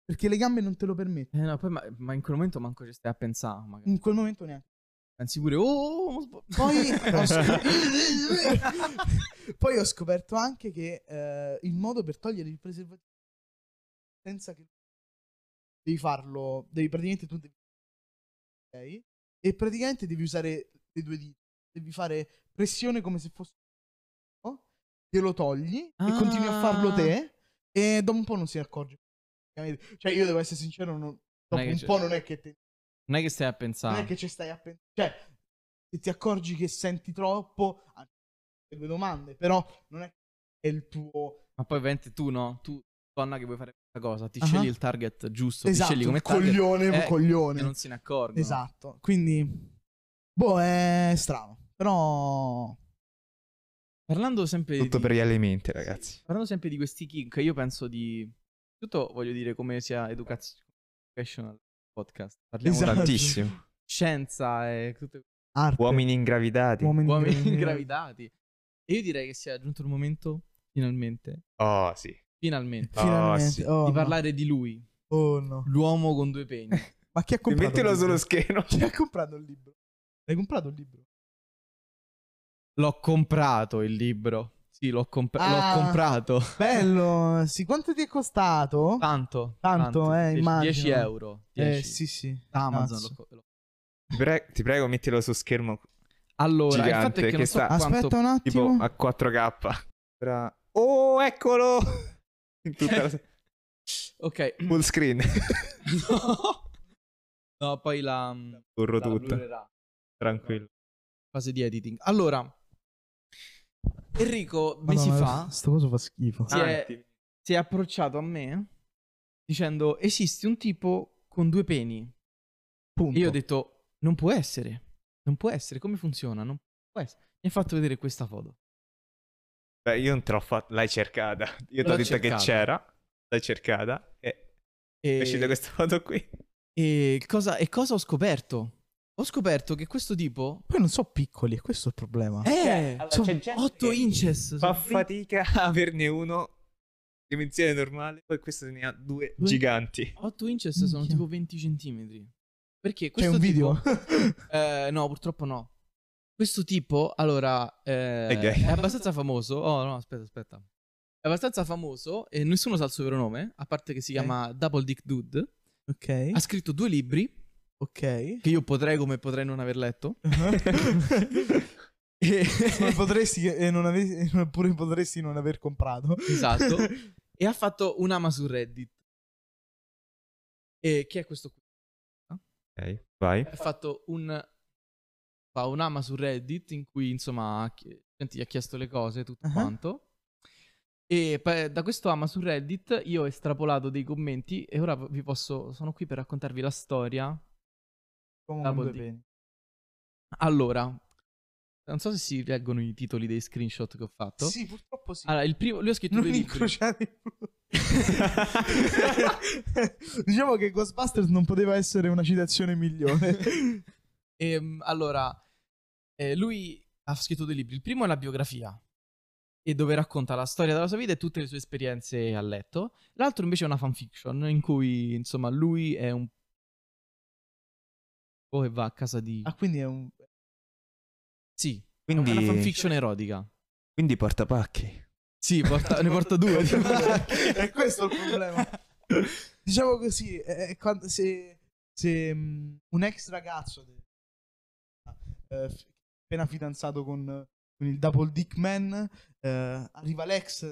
C: perché le gambe non te lo permettono.
B: Eh, no, poi ma, ma in quel momento manco ci stai a pensare, magari.
C: In quel momento neanche.
B: Anzi pure, oh, oh, oh, sbo-
C: Mm.
B: [LAUGHS]
C: Poi [LAUGHS] ho, scop- Poi ho scoperto anche che eh, il modo per togliere il preservativo senza che devi farlo, devi praticamente tu devi ok? e praticamente devi usare le due dita, devi fare pressione come se fosse no? te lo togli e
B: Ah.
C: continui a farlo te e dopo un po' non si accorge. Cioè io devo essere sincero, non-
B: Non è
C: dopo
B: che
C: un
B: c'è-
C: po' non è che te
B: Non è che stai a
C: non
B: pensare.
C: è che ci stai a pensare. Cioè, se ti accorgi che senti troppo, anzi, le due domande, però non è che è il tuo...
B: Ma poi ovviamente tu, no? Tu, donna che vuoi fare questa cosa, ti
C: Ah.
B: scegli il target giusto, ti
C: esatto,
B: scegli come target
C: coglione,
B: eh,
C: coglione.
B: e non se ne accorgono.
C: Esatto, quindi... Boh, è strano, però...
B: Parlando sempre
A: Tutto
B: di...
A: per gli alimenti, ragazzi.
B: Parlando sempre di questi kick, io penso di... Tutto voglio dire come sia educazio- educational podcast. Parliamo
C: Esatto.
B: di
A: Tantissimo.
B: scienza e tutte
C: Arte.
A: Uomini ingravidati.
C: Uomini
B: [LAUGHS] uomini [LAUGHS]
C: ingravidati.
B: ingravidati. E io direi che sia giunto il momento, finalmente,
A: Oh, sì.
B: finalmente,
A: Ah,
C: Finalmente.
A: sì.
C: Oh,
B: di
C: no.
B: parlare di lui,
C: Oh no.
B: l'uomo con due peni.
C: Ma chi ha comprato
A: Mettilo
C: il libro?
A: sullo schermo.
C: Chi ha comprato il libro? Hai comprato il libro?
B: [LAUGHS] L'ho comprato il libro. Sì, l'ho, comp- l'ho
C: Ah.
B: comprato.
C: Bello, sì, quanto ti è costato?
B: [LAUGHS] Tanto.
C: Tanto, eh,
B: Die-
C: immagino.
B: 10 euro. 10.
C: Eh, sì, sì.
B: Da Amazon.
C: Cazzo.
B: l'ho co- l'ho-
A: Ti, pre- ti prego, mettilo su schermo
B: Allora, il
A: Gigante,
B: fatto è che non
A: che
B: so
A: sta-
B: quanto...
C: Aspetta un
A: tipo
C: attimo.
A: a 4K. Tra- Oh, eccolo! [LAUGHS] In tutta la
B: Ok. [LAUGHS]
A: full [LAUGHS] screen.
B: no. No, poi la... mm, la
A: Corro tutto,
B: blurerà.
A: tranquillo.
B: Fase di editing. Allora, Enrico, mesi
C: Madonna,
B: fa,
C: Sto coso fa Ah, schifo.
B: Sì. è- si è approcciato a me dicendo esiste un tipo con due peni.
C: Punto.
B: E io ho detto, non può essere, non può essere, come funziona? Non può essere. Mi ha fatto vedere questa foto.
A: Beh, io non te l'ho fatta, l'hai cercata. Io ti
B: L'ho
A: ho detto che
B: cercata.
A: c'era, l'hai cercata e è uscita
B: E,
A: questa foto qui.
B: e cosa, e cosa ho scoperto? Ho scoperto che questo tipo
C: Poi non so piccoli, e questo è il problema.
B: è
A: allora,
B: sono
A: c'è gente
B: 8
A: che
B: inches.
A: Fa
B: sono
A: fatica a averne uno dimensione normale, poi questo ne ha due giganti.
B: 8 inches sono
C: Minchia.
B: tipo 20 centimetri. Perché
C: C'è
B: questo
C: un video.
B: tipo... Eh, no, purtroppo no. Questo tipo, allora, eh,
A: È gay.
B: è abbastanza famoso. Oh no, aspetta, aspetta. È abbastanza famoso e nessuno sa il suo vero nome, a parte che si
C: Ok.
B: chiama Double Dick Dude.
C: ok.
B: Ha scritto due libri
C: [LAUGHS] ok.
B: che io potrei come potrei non aver letto.
C: [LAUGHS] Come potresti e non avessi, pure potresti non aver [LAUGHS] comprato.
B: esatto. e ha fatto un'ama su Reddit. E chi è questo qui?
A: Ok, vai.
B: Ha fatto un fa un'ama su Reddit in cui insomma ha chi- gente gli ha chiesto le cose tutto
C: Ah.
B: quanto. E pa- da questo ama su Reddit io ho estrapolato dei commenti e ora vi posso... Sono qui per raccontarvi la storia.
C: Come
B: Ah,
C: con
B: vuol
C: due
B: dire.
C: peni.
B: Allora, non so se si leggono i titoli dei screenshot che ho fatto.
C: Sì, purtroppo sì.
B: Allora, il primo... Lui ha scritto
C: non
B: due
C: [LAUGHS]
B: libri.
C: incrociate diciamo che Ghostbusters non poteva essere una citazione migliore.
B: Ehm, allora, eh, lui ha scritto due libri. Il primo è la biografia, e dove racconta la storia della sua vita e tutte le sue esperienze a letto. L'altro invece è una fanfiction, in cui, insomma, lui è un... po' che va a casa di...
C: ah, quindi è un...
B: Sì, è una
A: Quindi,
B: fanfiction erotica.
A: quindi porta pacchi.
B: Sì, porta- ne porta due. tipo.
C: [LAUGHS] è questo il problema. Diciamo così, è- è quando- se, se, mm, un ex ragazzo de- eh, f- appena fidanzato con, con il double dick man, eh, arriva l'ex,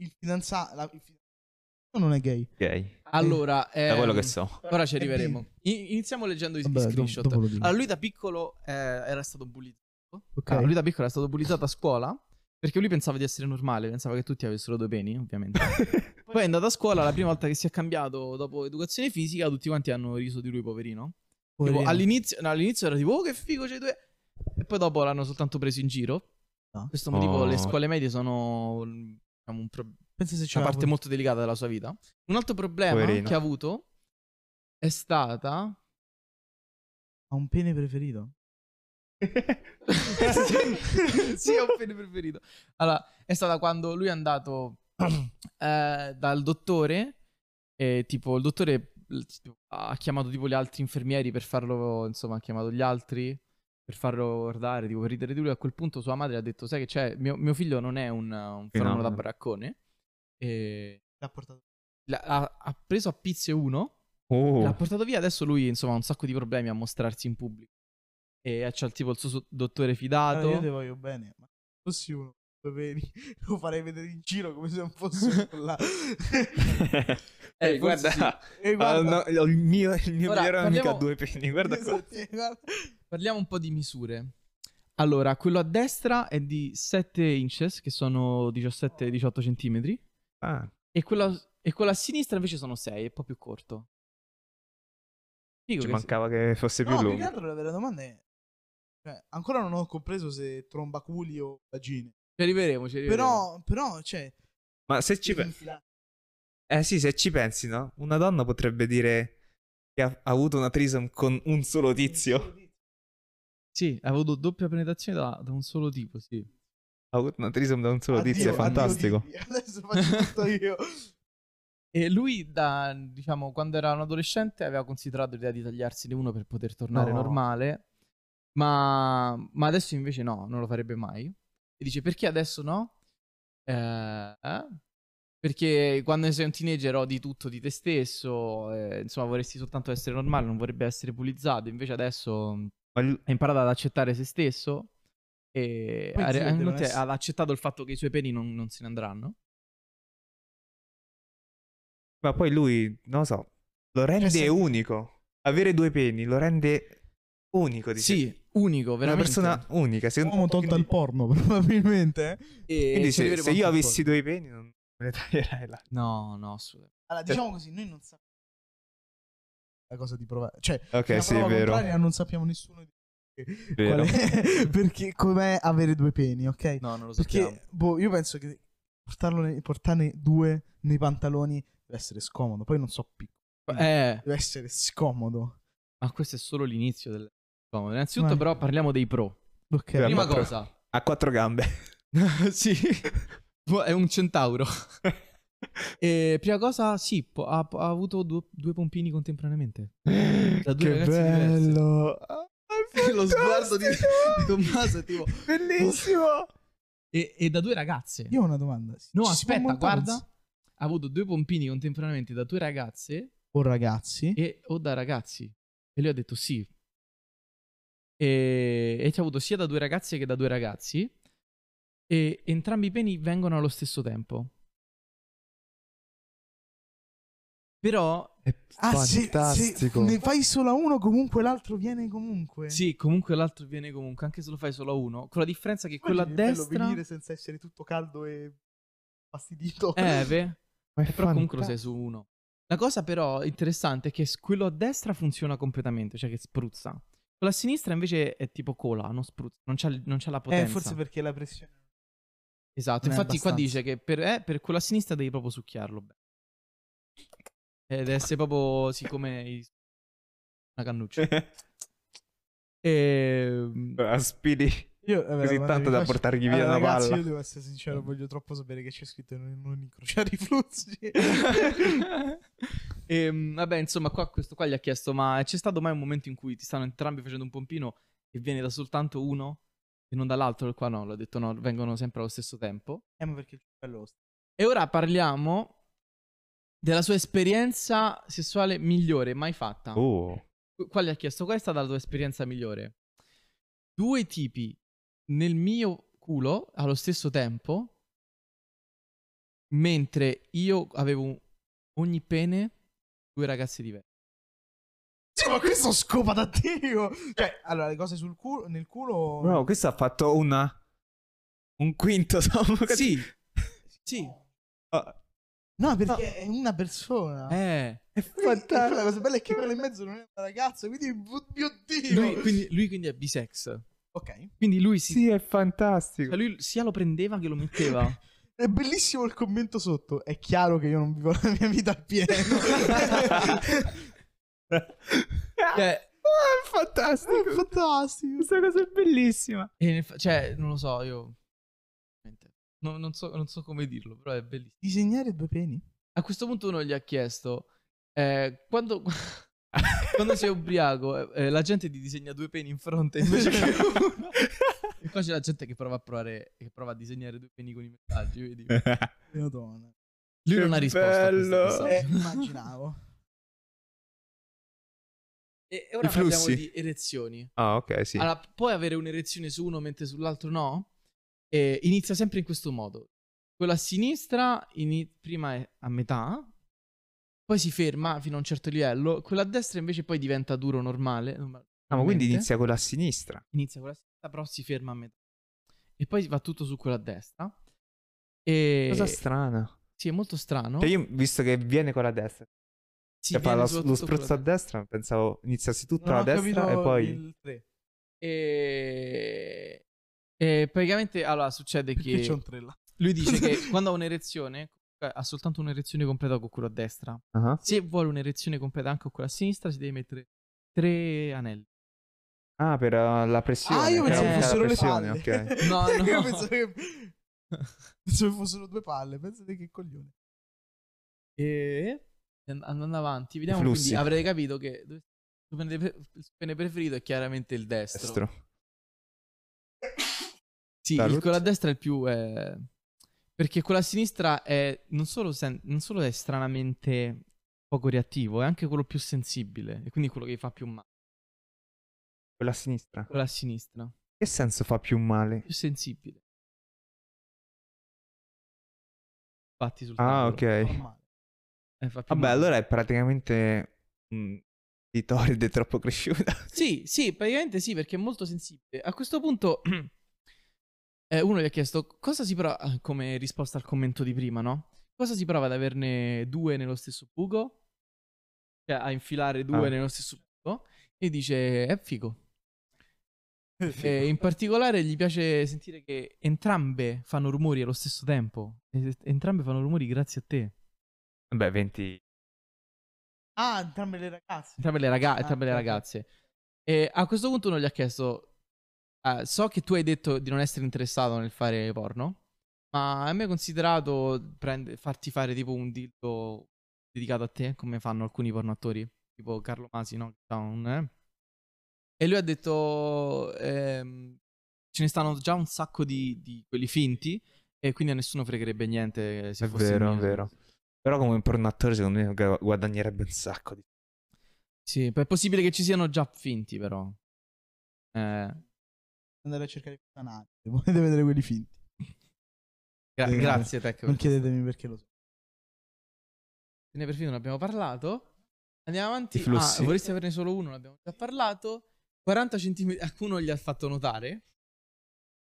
C: il fidanzato... Non è gay.
A: Ok.
B: allora,
A: Da
B: ehm,
A: quello che so.
B: Ora ci arriveremo. I- iniziamo leggendo i i
C: Vabbè, do-
B: screenshot.
C: dopo lo dico.
B: Allora, lui da piccolo eh, era stato bullizzato.
C: Ok.
B: Ah, lui da piccolo era stato bullizzato a scuola perché lui pensava di essere normale, pensava che tutti avessero due
C: [LAUGHS]
B: peni, ovviamente. Poi è andato a scuola, la prima volta che si è cambiato dopo educazione fisica, tutti quanti hanno riso di lui, poverino. Tipo,
C: Poverino.
B: all'inizio, no, all'inizio era tipo, oh che figo c'hai due... E poi dopo l'hanno soltanto preso in giro.
C: Ah.
B: Per questo motivo
A: Oh.
B: le scuole medie sono diciamo, un pro-
C: Pensa se c'è
B: una parte molto delicata della sua vita. Un altro problema
A: Poverino.
B: che ha avuto è stata...
C: Ha un pene preferito?
B: [LAUGHS] sì, sì, è un pene preferito. Allora, è stata quando lui è andato [CLEARS THROAT] eh, dal dottore. E tipo, il dottore l- tipo, ha chiamato tipo gli altri infermieri per farlo. Insomma, ha chiamato gli altri per farlo guardare, tipo per ridere di lui. A quel punto sua madre ha detto: Sai che c'è? Mio, mio figlio non è un, un fenomeno da
A: Fenomeno.
B: baraccone. E
C: L'ha portato.
B: la- ha, ha preso a pizze uno.
A: Oh,
B: L'ha
A: [LAUGHS]
B: portato via, adesso lui insomma ha un sacco di problemi a mostrarsi in pubblico. E c'ha il tipo il suo so- dottore fidato.
C: Allora, Ah, io te voglio bene, ma se fossi uno, lo vedi, [LAUGHS] lo farei vedere in giro come se non
B: [LAUGHS]
C: fosse nulla.
B: Eh, guarda,
C: e guarda,
A: [LAUGHS] Ah, no, il mio, il mio
B: Ora,
A: migliore amico ha
B: parliamo- Esatto.
A: due peni. Guarda qua.
C: [LAUGHS] Sì, guarda.
B: Parliamo un po' di misure. Allora, quello a destra è di 7 inches, che sono 17-18 centimetri.
A: Ah,
B: E quello, e quello a sinistra invece sono 6, è un po' più corto. Figo
A: ci
B: che-
A: mancava che fosse più
C: No, più che
A: lungo.
C: altro la vera domanda è... Cioè, ancora non ho compreso se tromba culi o vagine.
B: Ci arriveremo, ci arriveremo.
C: Però, però, cioè...
A: Ma se ci, pe- eh sì, se ci pensi, no? Una donna potrebbe dire che ha, ha avuto una trisom con un solo tizio.
B: Sì, ha avuto doppia penetrazione da, da un solo tipo, sì.
A: Ha avuto una trisom da un solo tizio, è
C: Addio,
A: fantastico.
C: addio, Didi. [LAUGHS] Adesso faccio tutto io.
B: E lui, da, diciamo, quando era un adolescente, aveva considerato l'idea di tagliarsene uno per poter tornare
A: No.
B: normale, ma, ma adesso invece no, non lo farebbe mai. E dice, perché adesso no? Eh, eh? Perché quando sei un teenager odi tutto di te stesso, eh, insomma, vorresti soltanto essere normale, non vorrebbe essere bullizzato, invece adesso mh,
A: Ma l-
B: ha imparato ad accettare se stesso e
C: Poi
B: ha,
C: sì,
B: ha-
C: devono
B: ha
C: essere-
B: accettato il fatto che i suoi peni non, non se ne andranno.
A: ma poi lui, non lo so, lo rende
C: Cioè, se-
A: unico. Avere due peni lo rende unico, dice.
B: Sì, unico,
A: Una
B: veramente.
A: persona unica. secondo-
C: Uomo tolto al porno, [LAUGHS] probabilmente. eh.
B: E
A: Quindi
B: ci
A: se,
B: arriveremo
A: se
B: anche
A: io
B: un po'.
A: avessi due peni non me ne taglierei là.
B: No, no, assolutamente.
C: Allora,
A: Cioè-
C: diciamo così, noi non sappiamo la cosa di provare. Cioè,
A: Ok,
C: la
A: sì, è vero.
C: non sappiamo nessuno di
A: Vero.
C: qual è- [LAUGHS] perché com'è avere due peni, ok?
B: No, non lo sappiamo.
C: Perché boh, io penso che portarlo nei- portarne due nei pantaloni deve essere scomodo, poi non so piccolo,
B: Eh,
C: deve essere scomodo.
B: ma questo è solo l'inizio del... Comodo. Innanzitutto
C: Vai.
B: però parliamo dei pro.
C: Ok.
A: Beh,
B: Prima
A: ma pro- [LAUGHS]
B: cosa.
A: Ha quattro gambe.
B: sì. È
A: [LAUGHS]
B: un centauro. E prima cosa, sì, po- ha, ha avuto due, due pompini contemporaneamente. Da due
A: Eh, che
B: ragazze
A: bello. Ah,
B: diverse. [LAUGHS] Lo sguardo di, di
A: fantastico!
B: Tommaso è tipo...
A: Bellissimo.
B: E, e da due ragazze.
C: Io ho una domanda.
B: No,
C: Ci si può
B: aspetta,
C: montare un
B: guarda.
C: s-
B: Ha avuto due pompini contemporaneamente da due ragazze
C: O ragazzi.
B: e, o da ragazzi. E lui ha detto sì. E, e ci ha avuto sia da due ragazze che da due ragazzi. E entrambi i peni vengono allo stesso tempo. Però,
C: Ah, se, se
A: Fantastico.
C: ne fai solo uno, comunque l'altro viene comunque.
B: sì, comunque l'altro viene comunque, anche se lo fai solo a uno. Con la differenza che
C: Immagini
B: quella a
C: che bello
B: destra...
C: venire senza essere tutto caldo e fastidito. Eh,
B: Eh, beh.
A: Ma è
B: Però comunque lo
A: fanta-
B: sei su uno. La cosa però interessante è che s- quello a destra funziona completamente, cioè che spruzza. Quello a sinistra invece è tipo cola, non spruzza, non c'ha, non c'ha la
C: Eh,
B: potenza.
C: forse perché la pressione.
B: Esatto,
C: non è
B: infatti qua
C: abbastanza.
B: dice che per, eh, per quello a sinistra devi proprio succhiarlo. bene. Eh, Deve essere proprio, siccome i- una
C: [LAUGHS]
B: cannuccia.
A: [LAUGHS]
B: Ehm,
A: Aspiri
C: Io, vabbè,
A: così
C: guarda,
A: tanto
C: vi
A: da
C: faccio-
A: portargli via
C: Allora,
A: una
C: ragazzi,
A: palla.
C: io devo essere sincero, voglio troppo sapere che c'è scritto in cioè, non [LAUGHS] incrociare i flussi.
B: Ehm, vabbè, insomma, qua, questo qua gli ha chiesto: Ma c'è stato mai un momento in cui ti stanno entrambi facendo un pompino e viene da soltanto uno e non dall'altro? Qua no, l'ho detto no, vengono sempre allo stesso tempo.
C: eh, ma perché il cervello lo sta-
B: E ora parliamo della sua esperienza sessuale migliore mai fatta.
A: Oh,
B: Qua gli ha chiesto: Qual è stata la tua esperienza migliore? Due tipi nel mio culo allo stesso tempo, mentre io avevo ogni pene due ragazze diverse.
C: Sì, ma questo scopa da Dio! Cioè, allora, le cose sul culo, nel culo...
A: bro, questo ha fatto una... Un quinto, [LAUGHS] insomma.
B: Sì. Sì.
A: Ah,
C: No, perché è una persona.
B: Eh.
A: È
C: Quindi- e poi
A: fantastico.
C: La cosa bella è che quella in mezzo non è una ragazza, quindi oh mio Dio.
B: Eh, Lui quindi, lui quindi è bisex.
C: Ok.
B: Quindi lui, si,
A: Sì, è fantastico.
B: cioè lui sia lo prendeva che lo metteva.
C: È bellissimo il commento sotto. È chiaro che io non vivo la mia vita [LAUGHS] appieno.
A: Ah,
B: cioè,
A: è
C: È
A: fantastico.
C: fantastico.
A: Questa cosa è
C: [LAUGHS]
A: bellissima.
B: e ne fa- cioè, non lo so, io... veramente, no- non, so, non so come dirlo, però è bellissimo.
C: Disegnare due peni?
B: A questo punto uno gli ha chiesto, eh, quando, [LAUGHS] quando sei ubriaco, eh, eh, la gente ti disegna due peni in fronte invece che
A: [LAUGHS]
B: uno. E qua c'è la gente che prova a provare, che prova a disegnare due peni con i messaggi, vedi?
C: Madonna.
B: Lui
A: Eh, Che
B: non ha risposto a questo
A: bello.
B: messaggio. [LAUGHS]
C: Eh, immaginavo.
B: E, e ora
A: I
B: parliamo
A: flussi.
B: di erezioni.
A: Ah, ok, sì.
B: Allora, puoi avere un'erezione su uno mentre sull'altro no? E inizia sempre in questo modo. Quella a sinistra ini- prima è a metà, poi si ferma fino a un certo livello, quella a destra invece poi diventa duro normale. norma-
A: Ah, ma quindi
B: normalmente.
A: inizia con la sinistra.
B: Inizia quella a sinistra, però si ferma a metà. E poi va tutto su quella a destra. E...
A: Cosa strana.
B: Sì, è molto strano.
A: Cioè io, visto che viene con la destra,
B: Si
A: cioè fa
B: viene
A: la- lo
B: soprattutto
A: spruzzo a
B: quella-
A: destra, pensavo iniziassi tutto
C: Non
A: alla
C: ho
A: destra e
C: capito
A: poi...
C: il tre.
B: E... e praticamente, allora, succede
C: Perché
B: che...
C: c'è un tre là?
B: Lui dice che quando ha un'erezione, eh, ha soltanto un'erezione completa con quello a destra.
A: Ah,
B: Se vuole un'erezione completa anche con quella a sinistra, si deve mettere tre anelli.
A: Ah, per eh, la pressione.
C: Ah, io
A: per
C: pensavo
A: aumentare la
C: fossero
A: pressione,
C: le palle. [LAUGHS]
A: ok.
B: [LAUGHS] No, no.
C: io pensavo che... [LAUGHS] pensavo che fossero due palle. Pensate che coglione.
B: E and- andando avanti, vediamo
A: Flussi.
B: quindi avrete capito che dove- il suo pene pre- il suo pene preferito è chiaramente il destro.
A: Destro.
B: Sì, il-
A: Salute.
B: quello a destra è il più eh, perché quello a sinistra è non solo, sen- non solo è stranamente poco reattivo, è anche quello più sensibile e quindi quello che gli fa più male.
A: Quella a sinistra.
B: Quello a sinistra,
A: Che senso fa più male?
B: più sensibile. Batti sul
A: Ah,
B: tavolo.
A: ok.
C: Normale.
B: Eh, fa più
A: Vabbè,
B: male.
A: allora è praticamente mm, un clitoride troppo cresciuta.
B: Sì, sì, praticamente sì, perché è molto sensibile. A questo punto, [CLEARS THROAT] eh, uno gli ha chiesto cosa si prova, ah, come risposta al commento di prima, no? Cosa si prova ad averne due nello stesso buco? Cioè, a infilare due
A: Ah.
B: nello stesso buco? E dice, è figo.
A: Figo.
C: [LAUGHS]
B: E in particolare gli piace sentire che entrambe fanno rumori allo stesso tempo. E- Entrambe fanno rumori grazie a te.
A: Vabbè, 20...
C: Ah, entrambe le ragazze.
B: Entrambe le, raga-
C: Ah,
B: entrambe le
C: ok.
B: ragazze. E a questo punto uno gli ha chiesto: "Ah, So che tu hai detto di non essere interessato nel fare porno, ma hai mai considerato prende- farti fare tipo un dildo dedicato a te, come fanno alcuni pornoattori, tipo Carlo Masi, no? Che ha un, eh? E lui ha detto: ehm, Ce ne stanno già un sacco di, di quelli finti, e quindi a nessuno fregherebbe niente. eh, Se
A: È
B: fosse
A: vero, è
B: mio."
A: vero. Però come pornatore secondo me gu- guadagnerebbe un sacco di...
B: Sì, è possibile che ci siano già finti, però. Eh.
C: Andare a cercare i canali. Potete vedere quelli finti.
B: Gra-
C: Eh,
B: grazie, Tech.
C: Non
B: Perché...
C: chiedetemi perché lo so. [LAUGHS]
B: Ne perfino ne abbiamo parlato. Andiamo avanti.
A: I flussi.
B: Ah, vorresti averne solo uno? Ne abbiamo già parlato. 40 centimetri. Qualcuno gli ha fatto notare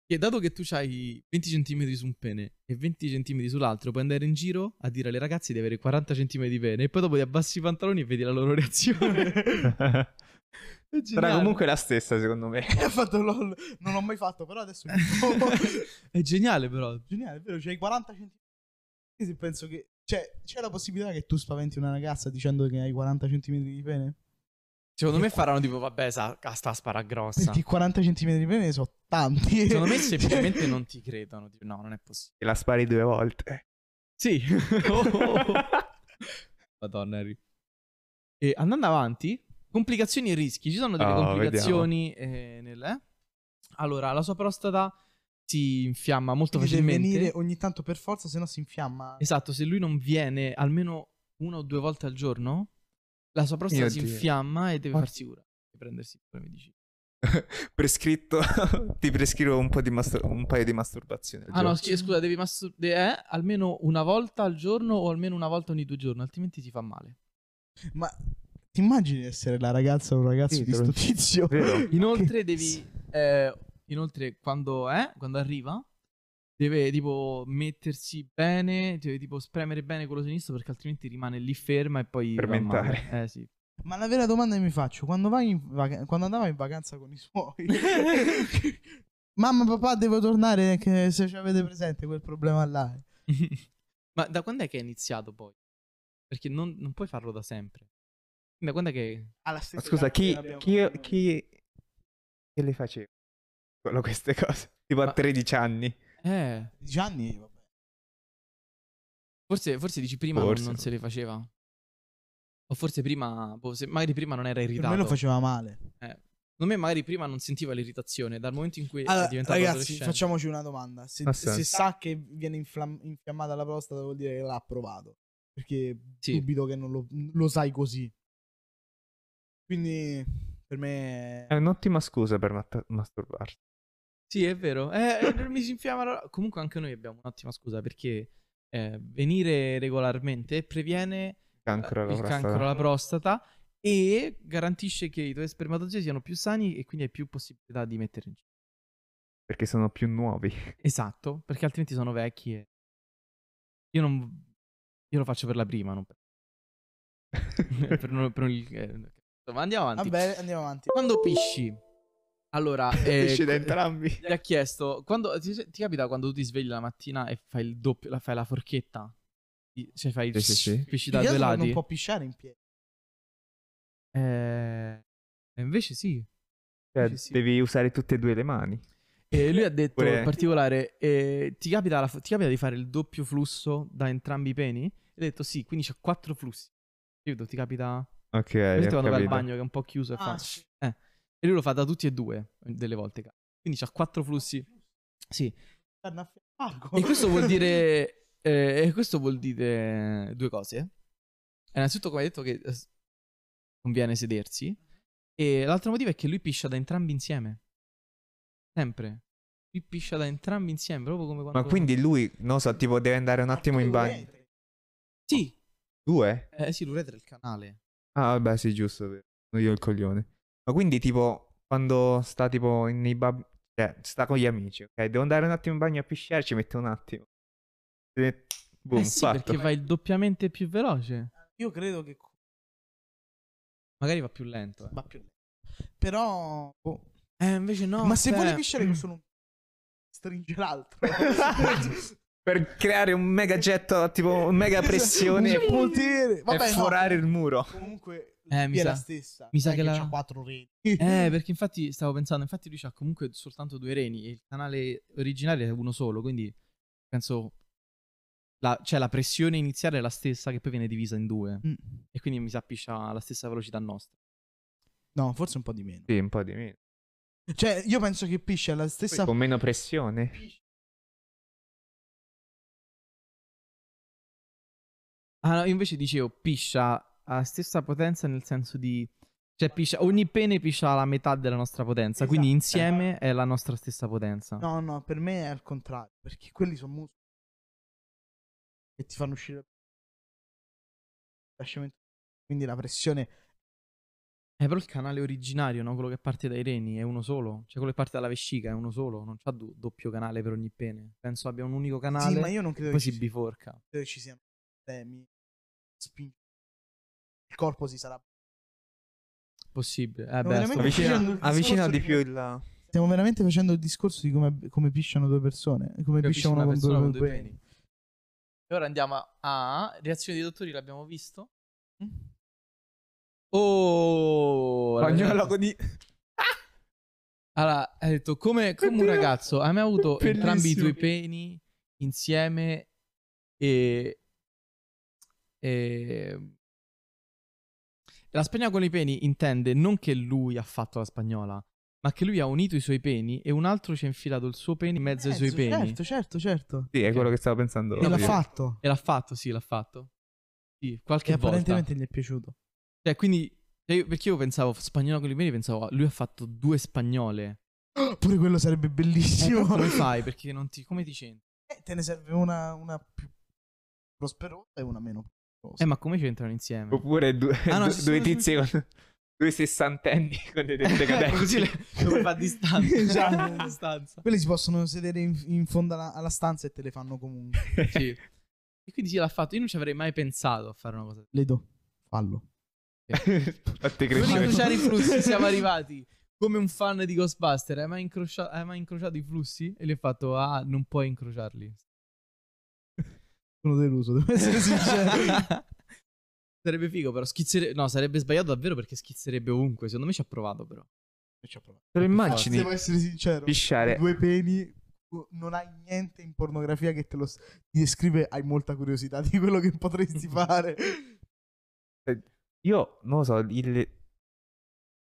B: Che dato che tu hai 20 cm su un pene e 20 cm sull'altro, puoi andare in giro a dire alle ragazze di avere 40 cm di pene e poi dopo ti abbassi i pantaloni e vedi la
A: [LAUGHS]
B: loro [LAUGHS] reazione. È
A: Sarà
B: geniale.
A: comunque la stessa, secondo me.
C: Ho fatto LOL. Non l'ho mai fatto, però adesso.
B: [LAUGHS] È geniale però.
C: [LAUGHS] Geniale, è vero, c'hai 40 centimetri. Io sì penso che. Cioè, c'è la possibilità che tu spaventi una ragazza dicendo che hai 40 centimetri di pene?
B: Secondo me faranno tipo, vabbè, sa, ah, sta spara grossa.
C: Perché 40 centimetri di pene sono tanti. Cioè,
B: [LAUGHS] Secondo me
C: [LAUGHS]
B: semplicemente non ti credono. tipo, no, non è possibile.
A: E la spari due volte.
C: [LAUGHS]
B: Sì.
C: Oh.
B: [LAUGHS] Madonna, Harry. E andando avanti, complicazioni e rischi. Ci sono
C: Ah,
B: delle
A: Oh,
B: complicazioni eh, nel... eh? Allora, la sua prostata si infiamma molto
C: Quindi deve
B: facilmente.
C: venire ogni tanto per forza, se no si infiamma.
B: Esatto, se lui non viene almeno una o due volte al giorno, la sua prostata
A: Mio
B: si
A: Dio.
B: infiamma e deve
C: Ma-
B: farsi cura. Deve prendersi cura, mi dici.
A: Prescritto, [LAUGHS] ti prescrivo un, po' di mastur- un paio di masturbazioni. al
B: Ah no,
A: giorno.
B: schi- scusa, devi mastur- de- eh, almeno una volta al giorno o almeno una volta ogni due giorni, altrimenti ti fa male.
C: Ma ti immagini essere la ragazza o un ragazzo
A: Sì,
C: di
A: te lo-
C: sto tizio?
A: Vero.
B: Inoltre
C: Che-
B: devi... eh, inoltre quando, eh, quando arriva deve tipo mettersi bene, deve tipo spremere bene quello sinistro perché altrimenti rimane lì ferma e poi... va male.
A: Fermentare.
B: Eh sì. [LAUGHS]
C: Ma la vera domanda che mi faccio, quando, vai in vaca- quando andava in vacanza con i
B: [LAUGHS]
C: suoi, mamma papà devo tornare che se ci avete presente quel problema là.
B: Ma da quando è che è iniziato poi? Perché non, non puoi farlo da sempre. Da quando è che...
C: Alla
A: Ma
C: stessa
A: Scusa,
C: età
A: chi,
C: che abbiamo
A: chi,
C: fatto noi.
A: chi, chi le faceva Quello- queste cose? Tipo
B: Ma-
A: a 13 anni.
B: Eh,
C: 10 anni, vabbè.
B: forse, forse dici prima non-
A: Forse.
B: non se le faceva. O forse prima... boh, se- magari prima non era
C: Per
B: irritato.
C: me lo faceva male.
B: Eh, secondo me magari prima non sentiva l'irritazione, dal momento in cui
C: Allora,
B: è diventato
C: ragazzi,
B: adolescente.
C: facciamoci una domanda.
A: Ha
C: Se,
A: senso.
C: se sa che viene inflam- infiammata la prostata, vuol dire che l'ha provato. Perché
B: Sì.
C: dubito che non lo, lo sai così. Quindi, per me.
A: È un'ottima scusa per mat- masturbarsi.
B: Sì, è vero. Eh, eh, mi si infiamma la- Comunque anche noi abbiamo un'ottima scusa perché eh, venire regolarmente previene
A: Cancro alla
B: Eh, il
A: prostata.
B: cancro alla prostata e garantisce che i tuoi spermatozoi siano più sani e quindi hai più possibilità di mettere in giro.
A: Perché sono più nuovi.
B: Esatto, perché altrimenti sono vecchi e... Io non... Io lo faccio per la
A: [LAUGHS]
B: prima, non per... per, non- per non- eh, Ma andiamo avanti.
C: Vabbè, andiamo avanti.
B: Quando pisci?
A: [LAUGHS]
B: Allora... eh,
A: Esci da
B: que-
A: entrambi.
B: Ti ha chiesto, quando, ti, ti capita quando tu ti svegli la mattina e fai il doppio, la, fai la forchetta? Ti- Cioè fai
A: Sì, sì, sì.
B: pisci
C: Più
B: da
C: che
B: due
C: altro
B: lati?
C: Non può pisciare in piedi.
B: Eh, e invece sì.
A: Cioè,
B: Sì, sì.
A: devi usare tutte e due le mani.
B: E lui ha detto
A: Pure-
B: in particolare, eh, ti, capita la fo- ti capita di fare il doppio flusso da entrambi i peni? E ha detto sì, quindi c'è quattro flussi. Capito? Ti capita...
A: Ok,
B: Vedete
A: Eh, ho
B: quando vai al
A: capito.
B: bagno che è un po' chiuso e fa...
C: Ah, sì.
B: E lui lo fa da tutti e due, delle volte. Quindi c'ha quattro flussi. Sì.
C: Carne a fianco.
B: E questo
C: [LAUGHS]
B: vuol dire. eh, e questo vuol dire due cose. Innanzitutto, come hai detto, che eh, s- conviene sedersi. E l'altro motivo è che lui piscia da entrambi insieme. Sempre. Lui piscia da entrambi insieme, proprio come quando.
A: Ma quindi lui, non so, tipo deve andare un attimo in bagno.
B: Sì,
A: Due?
B: eh, sì, l'uretra è il canale.
A: Ah, vabbè, sì, giusto. vero. Sono Io il coglione. Ma quindi, tipo, quando sta tipo nei bab... Cioè, sta con gli amici, ok? Devo andare un attimo in bagno a pisciare, ci mette un attimo. Se- Boom,
B: eh sì,
A: Boh, fatto.
B: perché vai doppiamente più veloce.
C: Io credo che
B: Magari va più lento. eh.
C: va più lento. Però. boh.
B: Eh, invece no.
C: Ma se
B: aspetta.
C: vuole pisciare
A: [CLEARS THROAT]
C: con solo un. Stringe l'altro.
A: [LAUGHS]
C: [LAUGHS] Cioè,
A: Per creare un mega getto, tipo un mega
B: [LAUGHS]
A: pressione
B: Cioè,
C: Un
A: e
C: potere. Vabbè, no.
A: forare il muro.
C: Comunque
B: Eh, mi
C: è
B: sa-
C: la stessa.
B: mi sa
C: Sai
B: che la-
C: c'ha quattro reti. [LAUGHS]
B: Eh, perché infatti stavo pensando, infatti lui ha comunque soltanto due reni e il canale originario è uno solo, quindi penso la, cioè la pressione iniziale è la stessa che poi viene divisa in due
C: Mm.
B: e quindi mi sa piscia alla stessa velocità nostra.
C: No, forse un po' di meno.
A: Sì, un po' di meno.
C: Cioè, io penso che piscia alla stessa
A: Con meno pressione.
B: Ah no, io invece dicevo piscia alla stessa potenza nel senso di cioè piscia ogni pene piscia alla metà della nostra potenza, quindi
C: Esatto.
B: insieme è la nostra stessa potenza.
C: No, no, per me è al contrario, perché quelli sono muscoli che ti fanno uscire Lasciami- quindi la pressione
B: Eh, però il canale originario, no? quello che parte dai reni, è uno solo. Cioè, quello che parte dalla vescica è uno solo. Non c'ha du- doppio canale per ogni pene. Penso abbia un unico canale.
C: Sì, ma io non credo
B: Poi
C: che
B: si
C: ci, sia-
B: biforca.
C: credo che ci siano problemi. Spingi. Il corpo si sarà.
B: Possibile. Eh, beh,
C: veramente-
B: sto-
A: Avvicina,
C: Avvicina-
A: avvicina di
C: discorso
A: più il...
C: Stiamo veramente facendo il discorso di come, come pisciano due persone. Come piscia
B: capisci
C: uno
B: una
C: con due,
B: persona con due
C: peni.
B: peni. E ora andiamo a- a reazioni dei dottori, l'abbiamo visto.
C: Hm?
B: Oh,
A: Spagnolo
B: ragazzi.
A: con i...
B: Allora, ha detto come, come un
A: Oddio.
B: ragazzo, hai mai avuto entrambi i
A: Bellissimo.
B: tuoi peni insieme e, e... La spagnola con i peni intende non che lui ha fatto la spagnola, ma che lui ha unito i suoi peni e un altro ci ha infilato il suo pene in mezzo ai suoi peni.
C: Certo, certo, certo.
A: Sì, è quello che stavo pensando.
C: E l'ha
A: io.
C: fatto.
B: E l'ha fatto, sì, l'ha fatto. Sì,
C: Che
B: qualche volta.
C: apparentemente gli è piaciuto. [GASPS]
B: Cioè, quindi, cioè, io- perché io pensavo, spagnola con i peni, pensavo, ah, lui ha fatto due spagnole.
C: Pure quello sarebbe
B: Eh,
C: bellissimo.
B: come fai? Perché non ti... come ti c'entri?
C: [LAUGHS] Eh, te ne serve una, una più prosperosa e una meno prosperosa.
B: Eh, ma come c'entrano insieme?
A: Oppure due,
B: Ah, no,
A: due-
B: ci sono
A: due
B: due-
A: tizi con... Due sessantenni [LAUGHS] con le tette cadenti.
B: Eh, [LAUGHS] Così le- dove fa distanza.
C: [LAUGHS] Esatto.
B: Dove fa [LAUGHS] distanza.
C: Quelli si possono sedere in, in fondo alla, alla stanza e te le fanno
B: [LAUGHS]
C: comunque.
B: Sì. E quindi sì, l'ha fatto. Io non ci avrei mai pensato a fare una cosa.
C: Le do. Fallo.
A: Fatti
B: Prima di
A: crescere.
B: incrociare i flussi
C: [LAUGHS]
B: siamo arrivati. Come un fan di Ghostbuster, hai mai, incrocia- hai mai incrociato i flussi? E gli hai fatto, ah, non puoi
C: [LAUGHS]
B: incrociarli.
C: Sono deluso, devo
B: [LAUGHS]
C: essere sincero.
B: sarebbe figo, però schizzere... No, sarebbe sbagliato davvero perché schizzerebbe ovunque. Secondo me ci ha provato, però.
C: Ci ho provato.
A: Te lo immagini?
C: Devo essere sincero.
A: Pisciare.
C: Due peni. tu Non hai niente in pornografia che te lo s- ti descrive. Hai molta curiosità di quello che
B: [LAUGHS]
C: potresti fare.
A: Io non lo so, il...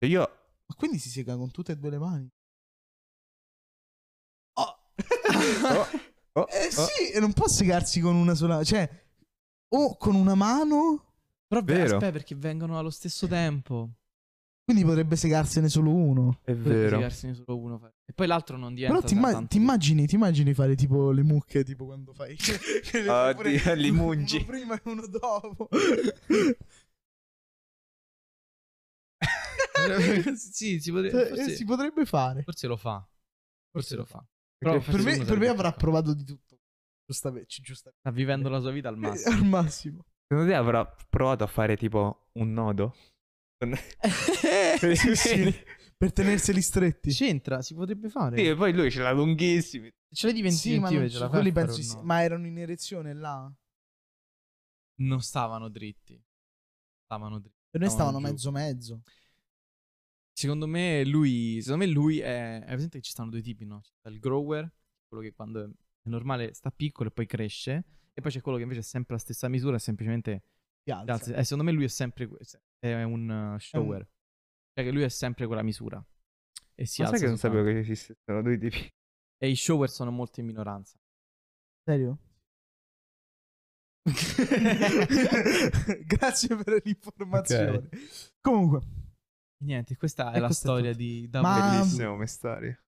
A: Io...
C: Ma quindi si sega con tutte e due le mani? Oh.
A: Oh, oh,
C: Eh
A: oh.
C: sì, e non può segarsi con una sola, cioè o con una mano,
B: Però
A: Vero.
B: aspetta, perché vengono allo stesso tempo.
C: quindi potrebbe segarsene solo uno.
A: È
B: Potrebbe
A: vero.
B: segarsene solo uno. E poi l'altro non diventa...
C: Però ti, imma-
B: tanto-
C: ti immagini, ti immagini fare tipo le mucche, tipo quando fai [LAUGHS] che le fai pure
A: Oddio, li mungi.
C: Uno prima e uno
B: [LAUGHS]
C: dopo.
B: Ah, sì, eh, si potrebbe,
C: Cioè,
B: forse,
C: si potrebbe fare.
B: forse lo fa. Forse lo fa.
A: Perché
B: Però
C: Per me,
B: secondo
C: per me
B: sarebbe-
C: avrà provato di tutto. Giustamente, ci- giustamente.
B: Sta vivendo la sua vita al massimo.
C: [LAUGHS] Al massimo.
A: Secondo te avrà provato a fare tipo un nodo?
C: Sì, sì. Per tenerseli stretti.
B: C'entra, si potrebbe fare.
A: Sì, e poi lui ce l'ha lunghissimi.
B: Ce l'hai di 20
C: Sì, ma, non-
B: centimetri, ce la fai a
C: quelli
B: fare
C: penso
B: o
C: ci-
B: no?
C: ma erano in erezione là.
B: Non stavano dritti. Stavano dritti.
C: Per noi
B: Stavano
C: stavano mezzo
B: giù.
C: mezzo.
B: Secondo me lui, secondo me lui è... È presente che ci stanno due tipi, no? C'è il grower, quello che quando è è normale sta piccolo e poi cresce. E poi c'è quello che invece è sempre la stessa misura, è semplicemente
C: Ti alza.
B: Grazie. Eh, secondo me lui è sempre que- è un uh, shower. Cioè che lui è sempre quella misura. E si
A: Ma sai
B: alza
A: che non
B: soltanto.
A: sapevo che esistessero due tipi?
B: E i shower sono molto in minoranza. [LAUGHS]
C: Serio? [LAUGHS] Grazie per l'informazione. Comunque,
B: Niente, questa è
C: E
B: la
C: questo è
B: storia
C: tutto.
B: di
C: Ma-
B: Davide.
A: Bellissimo, mestari.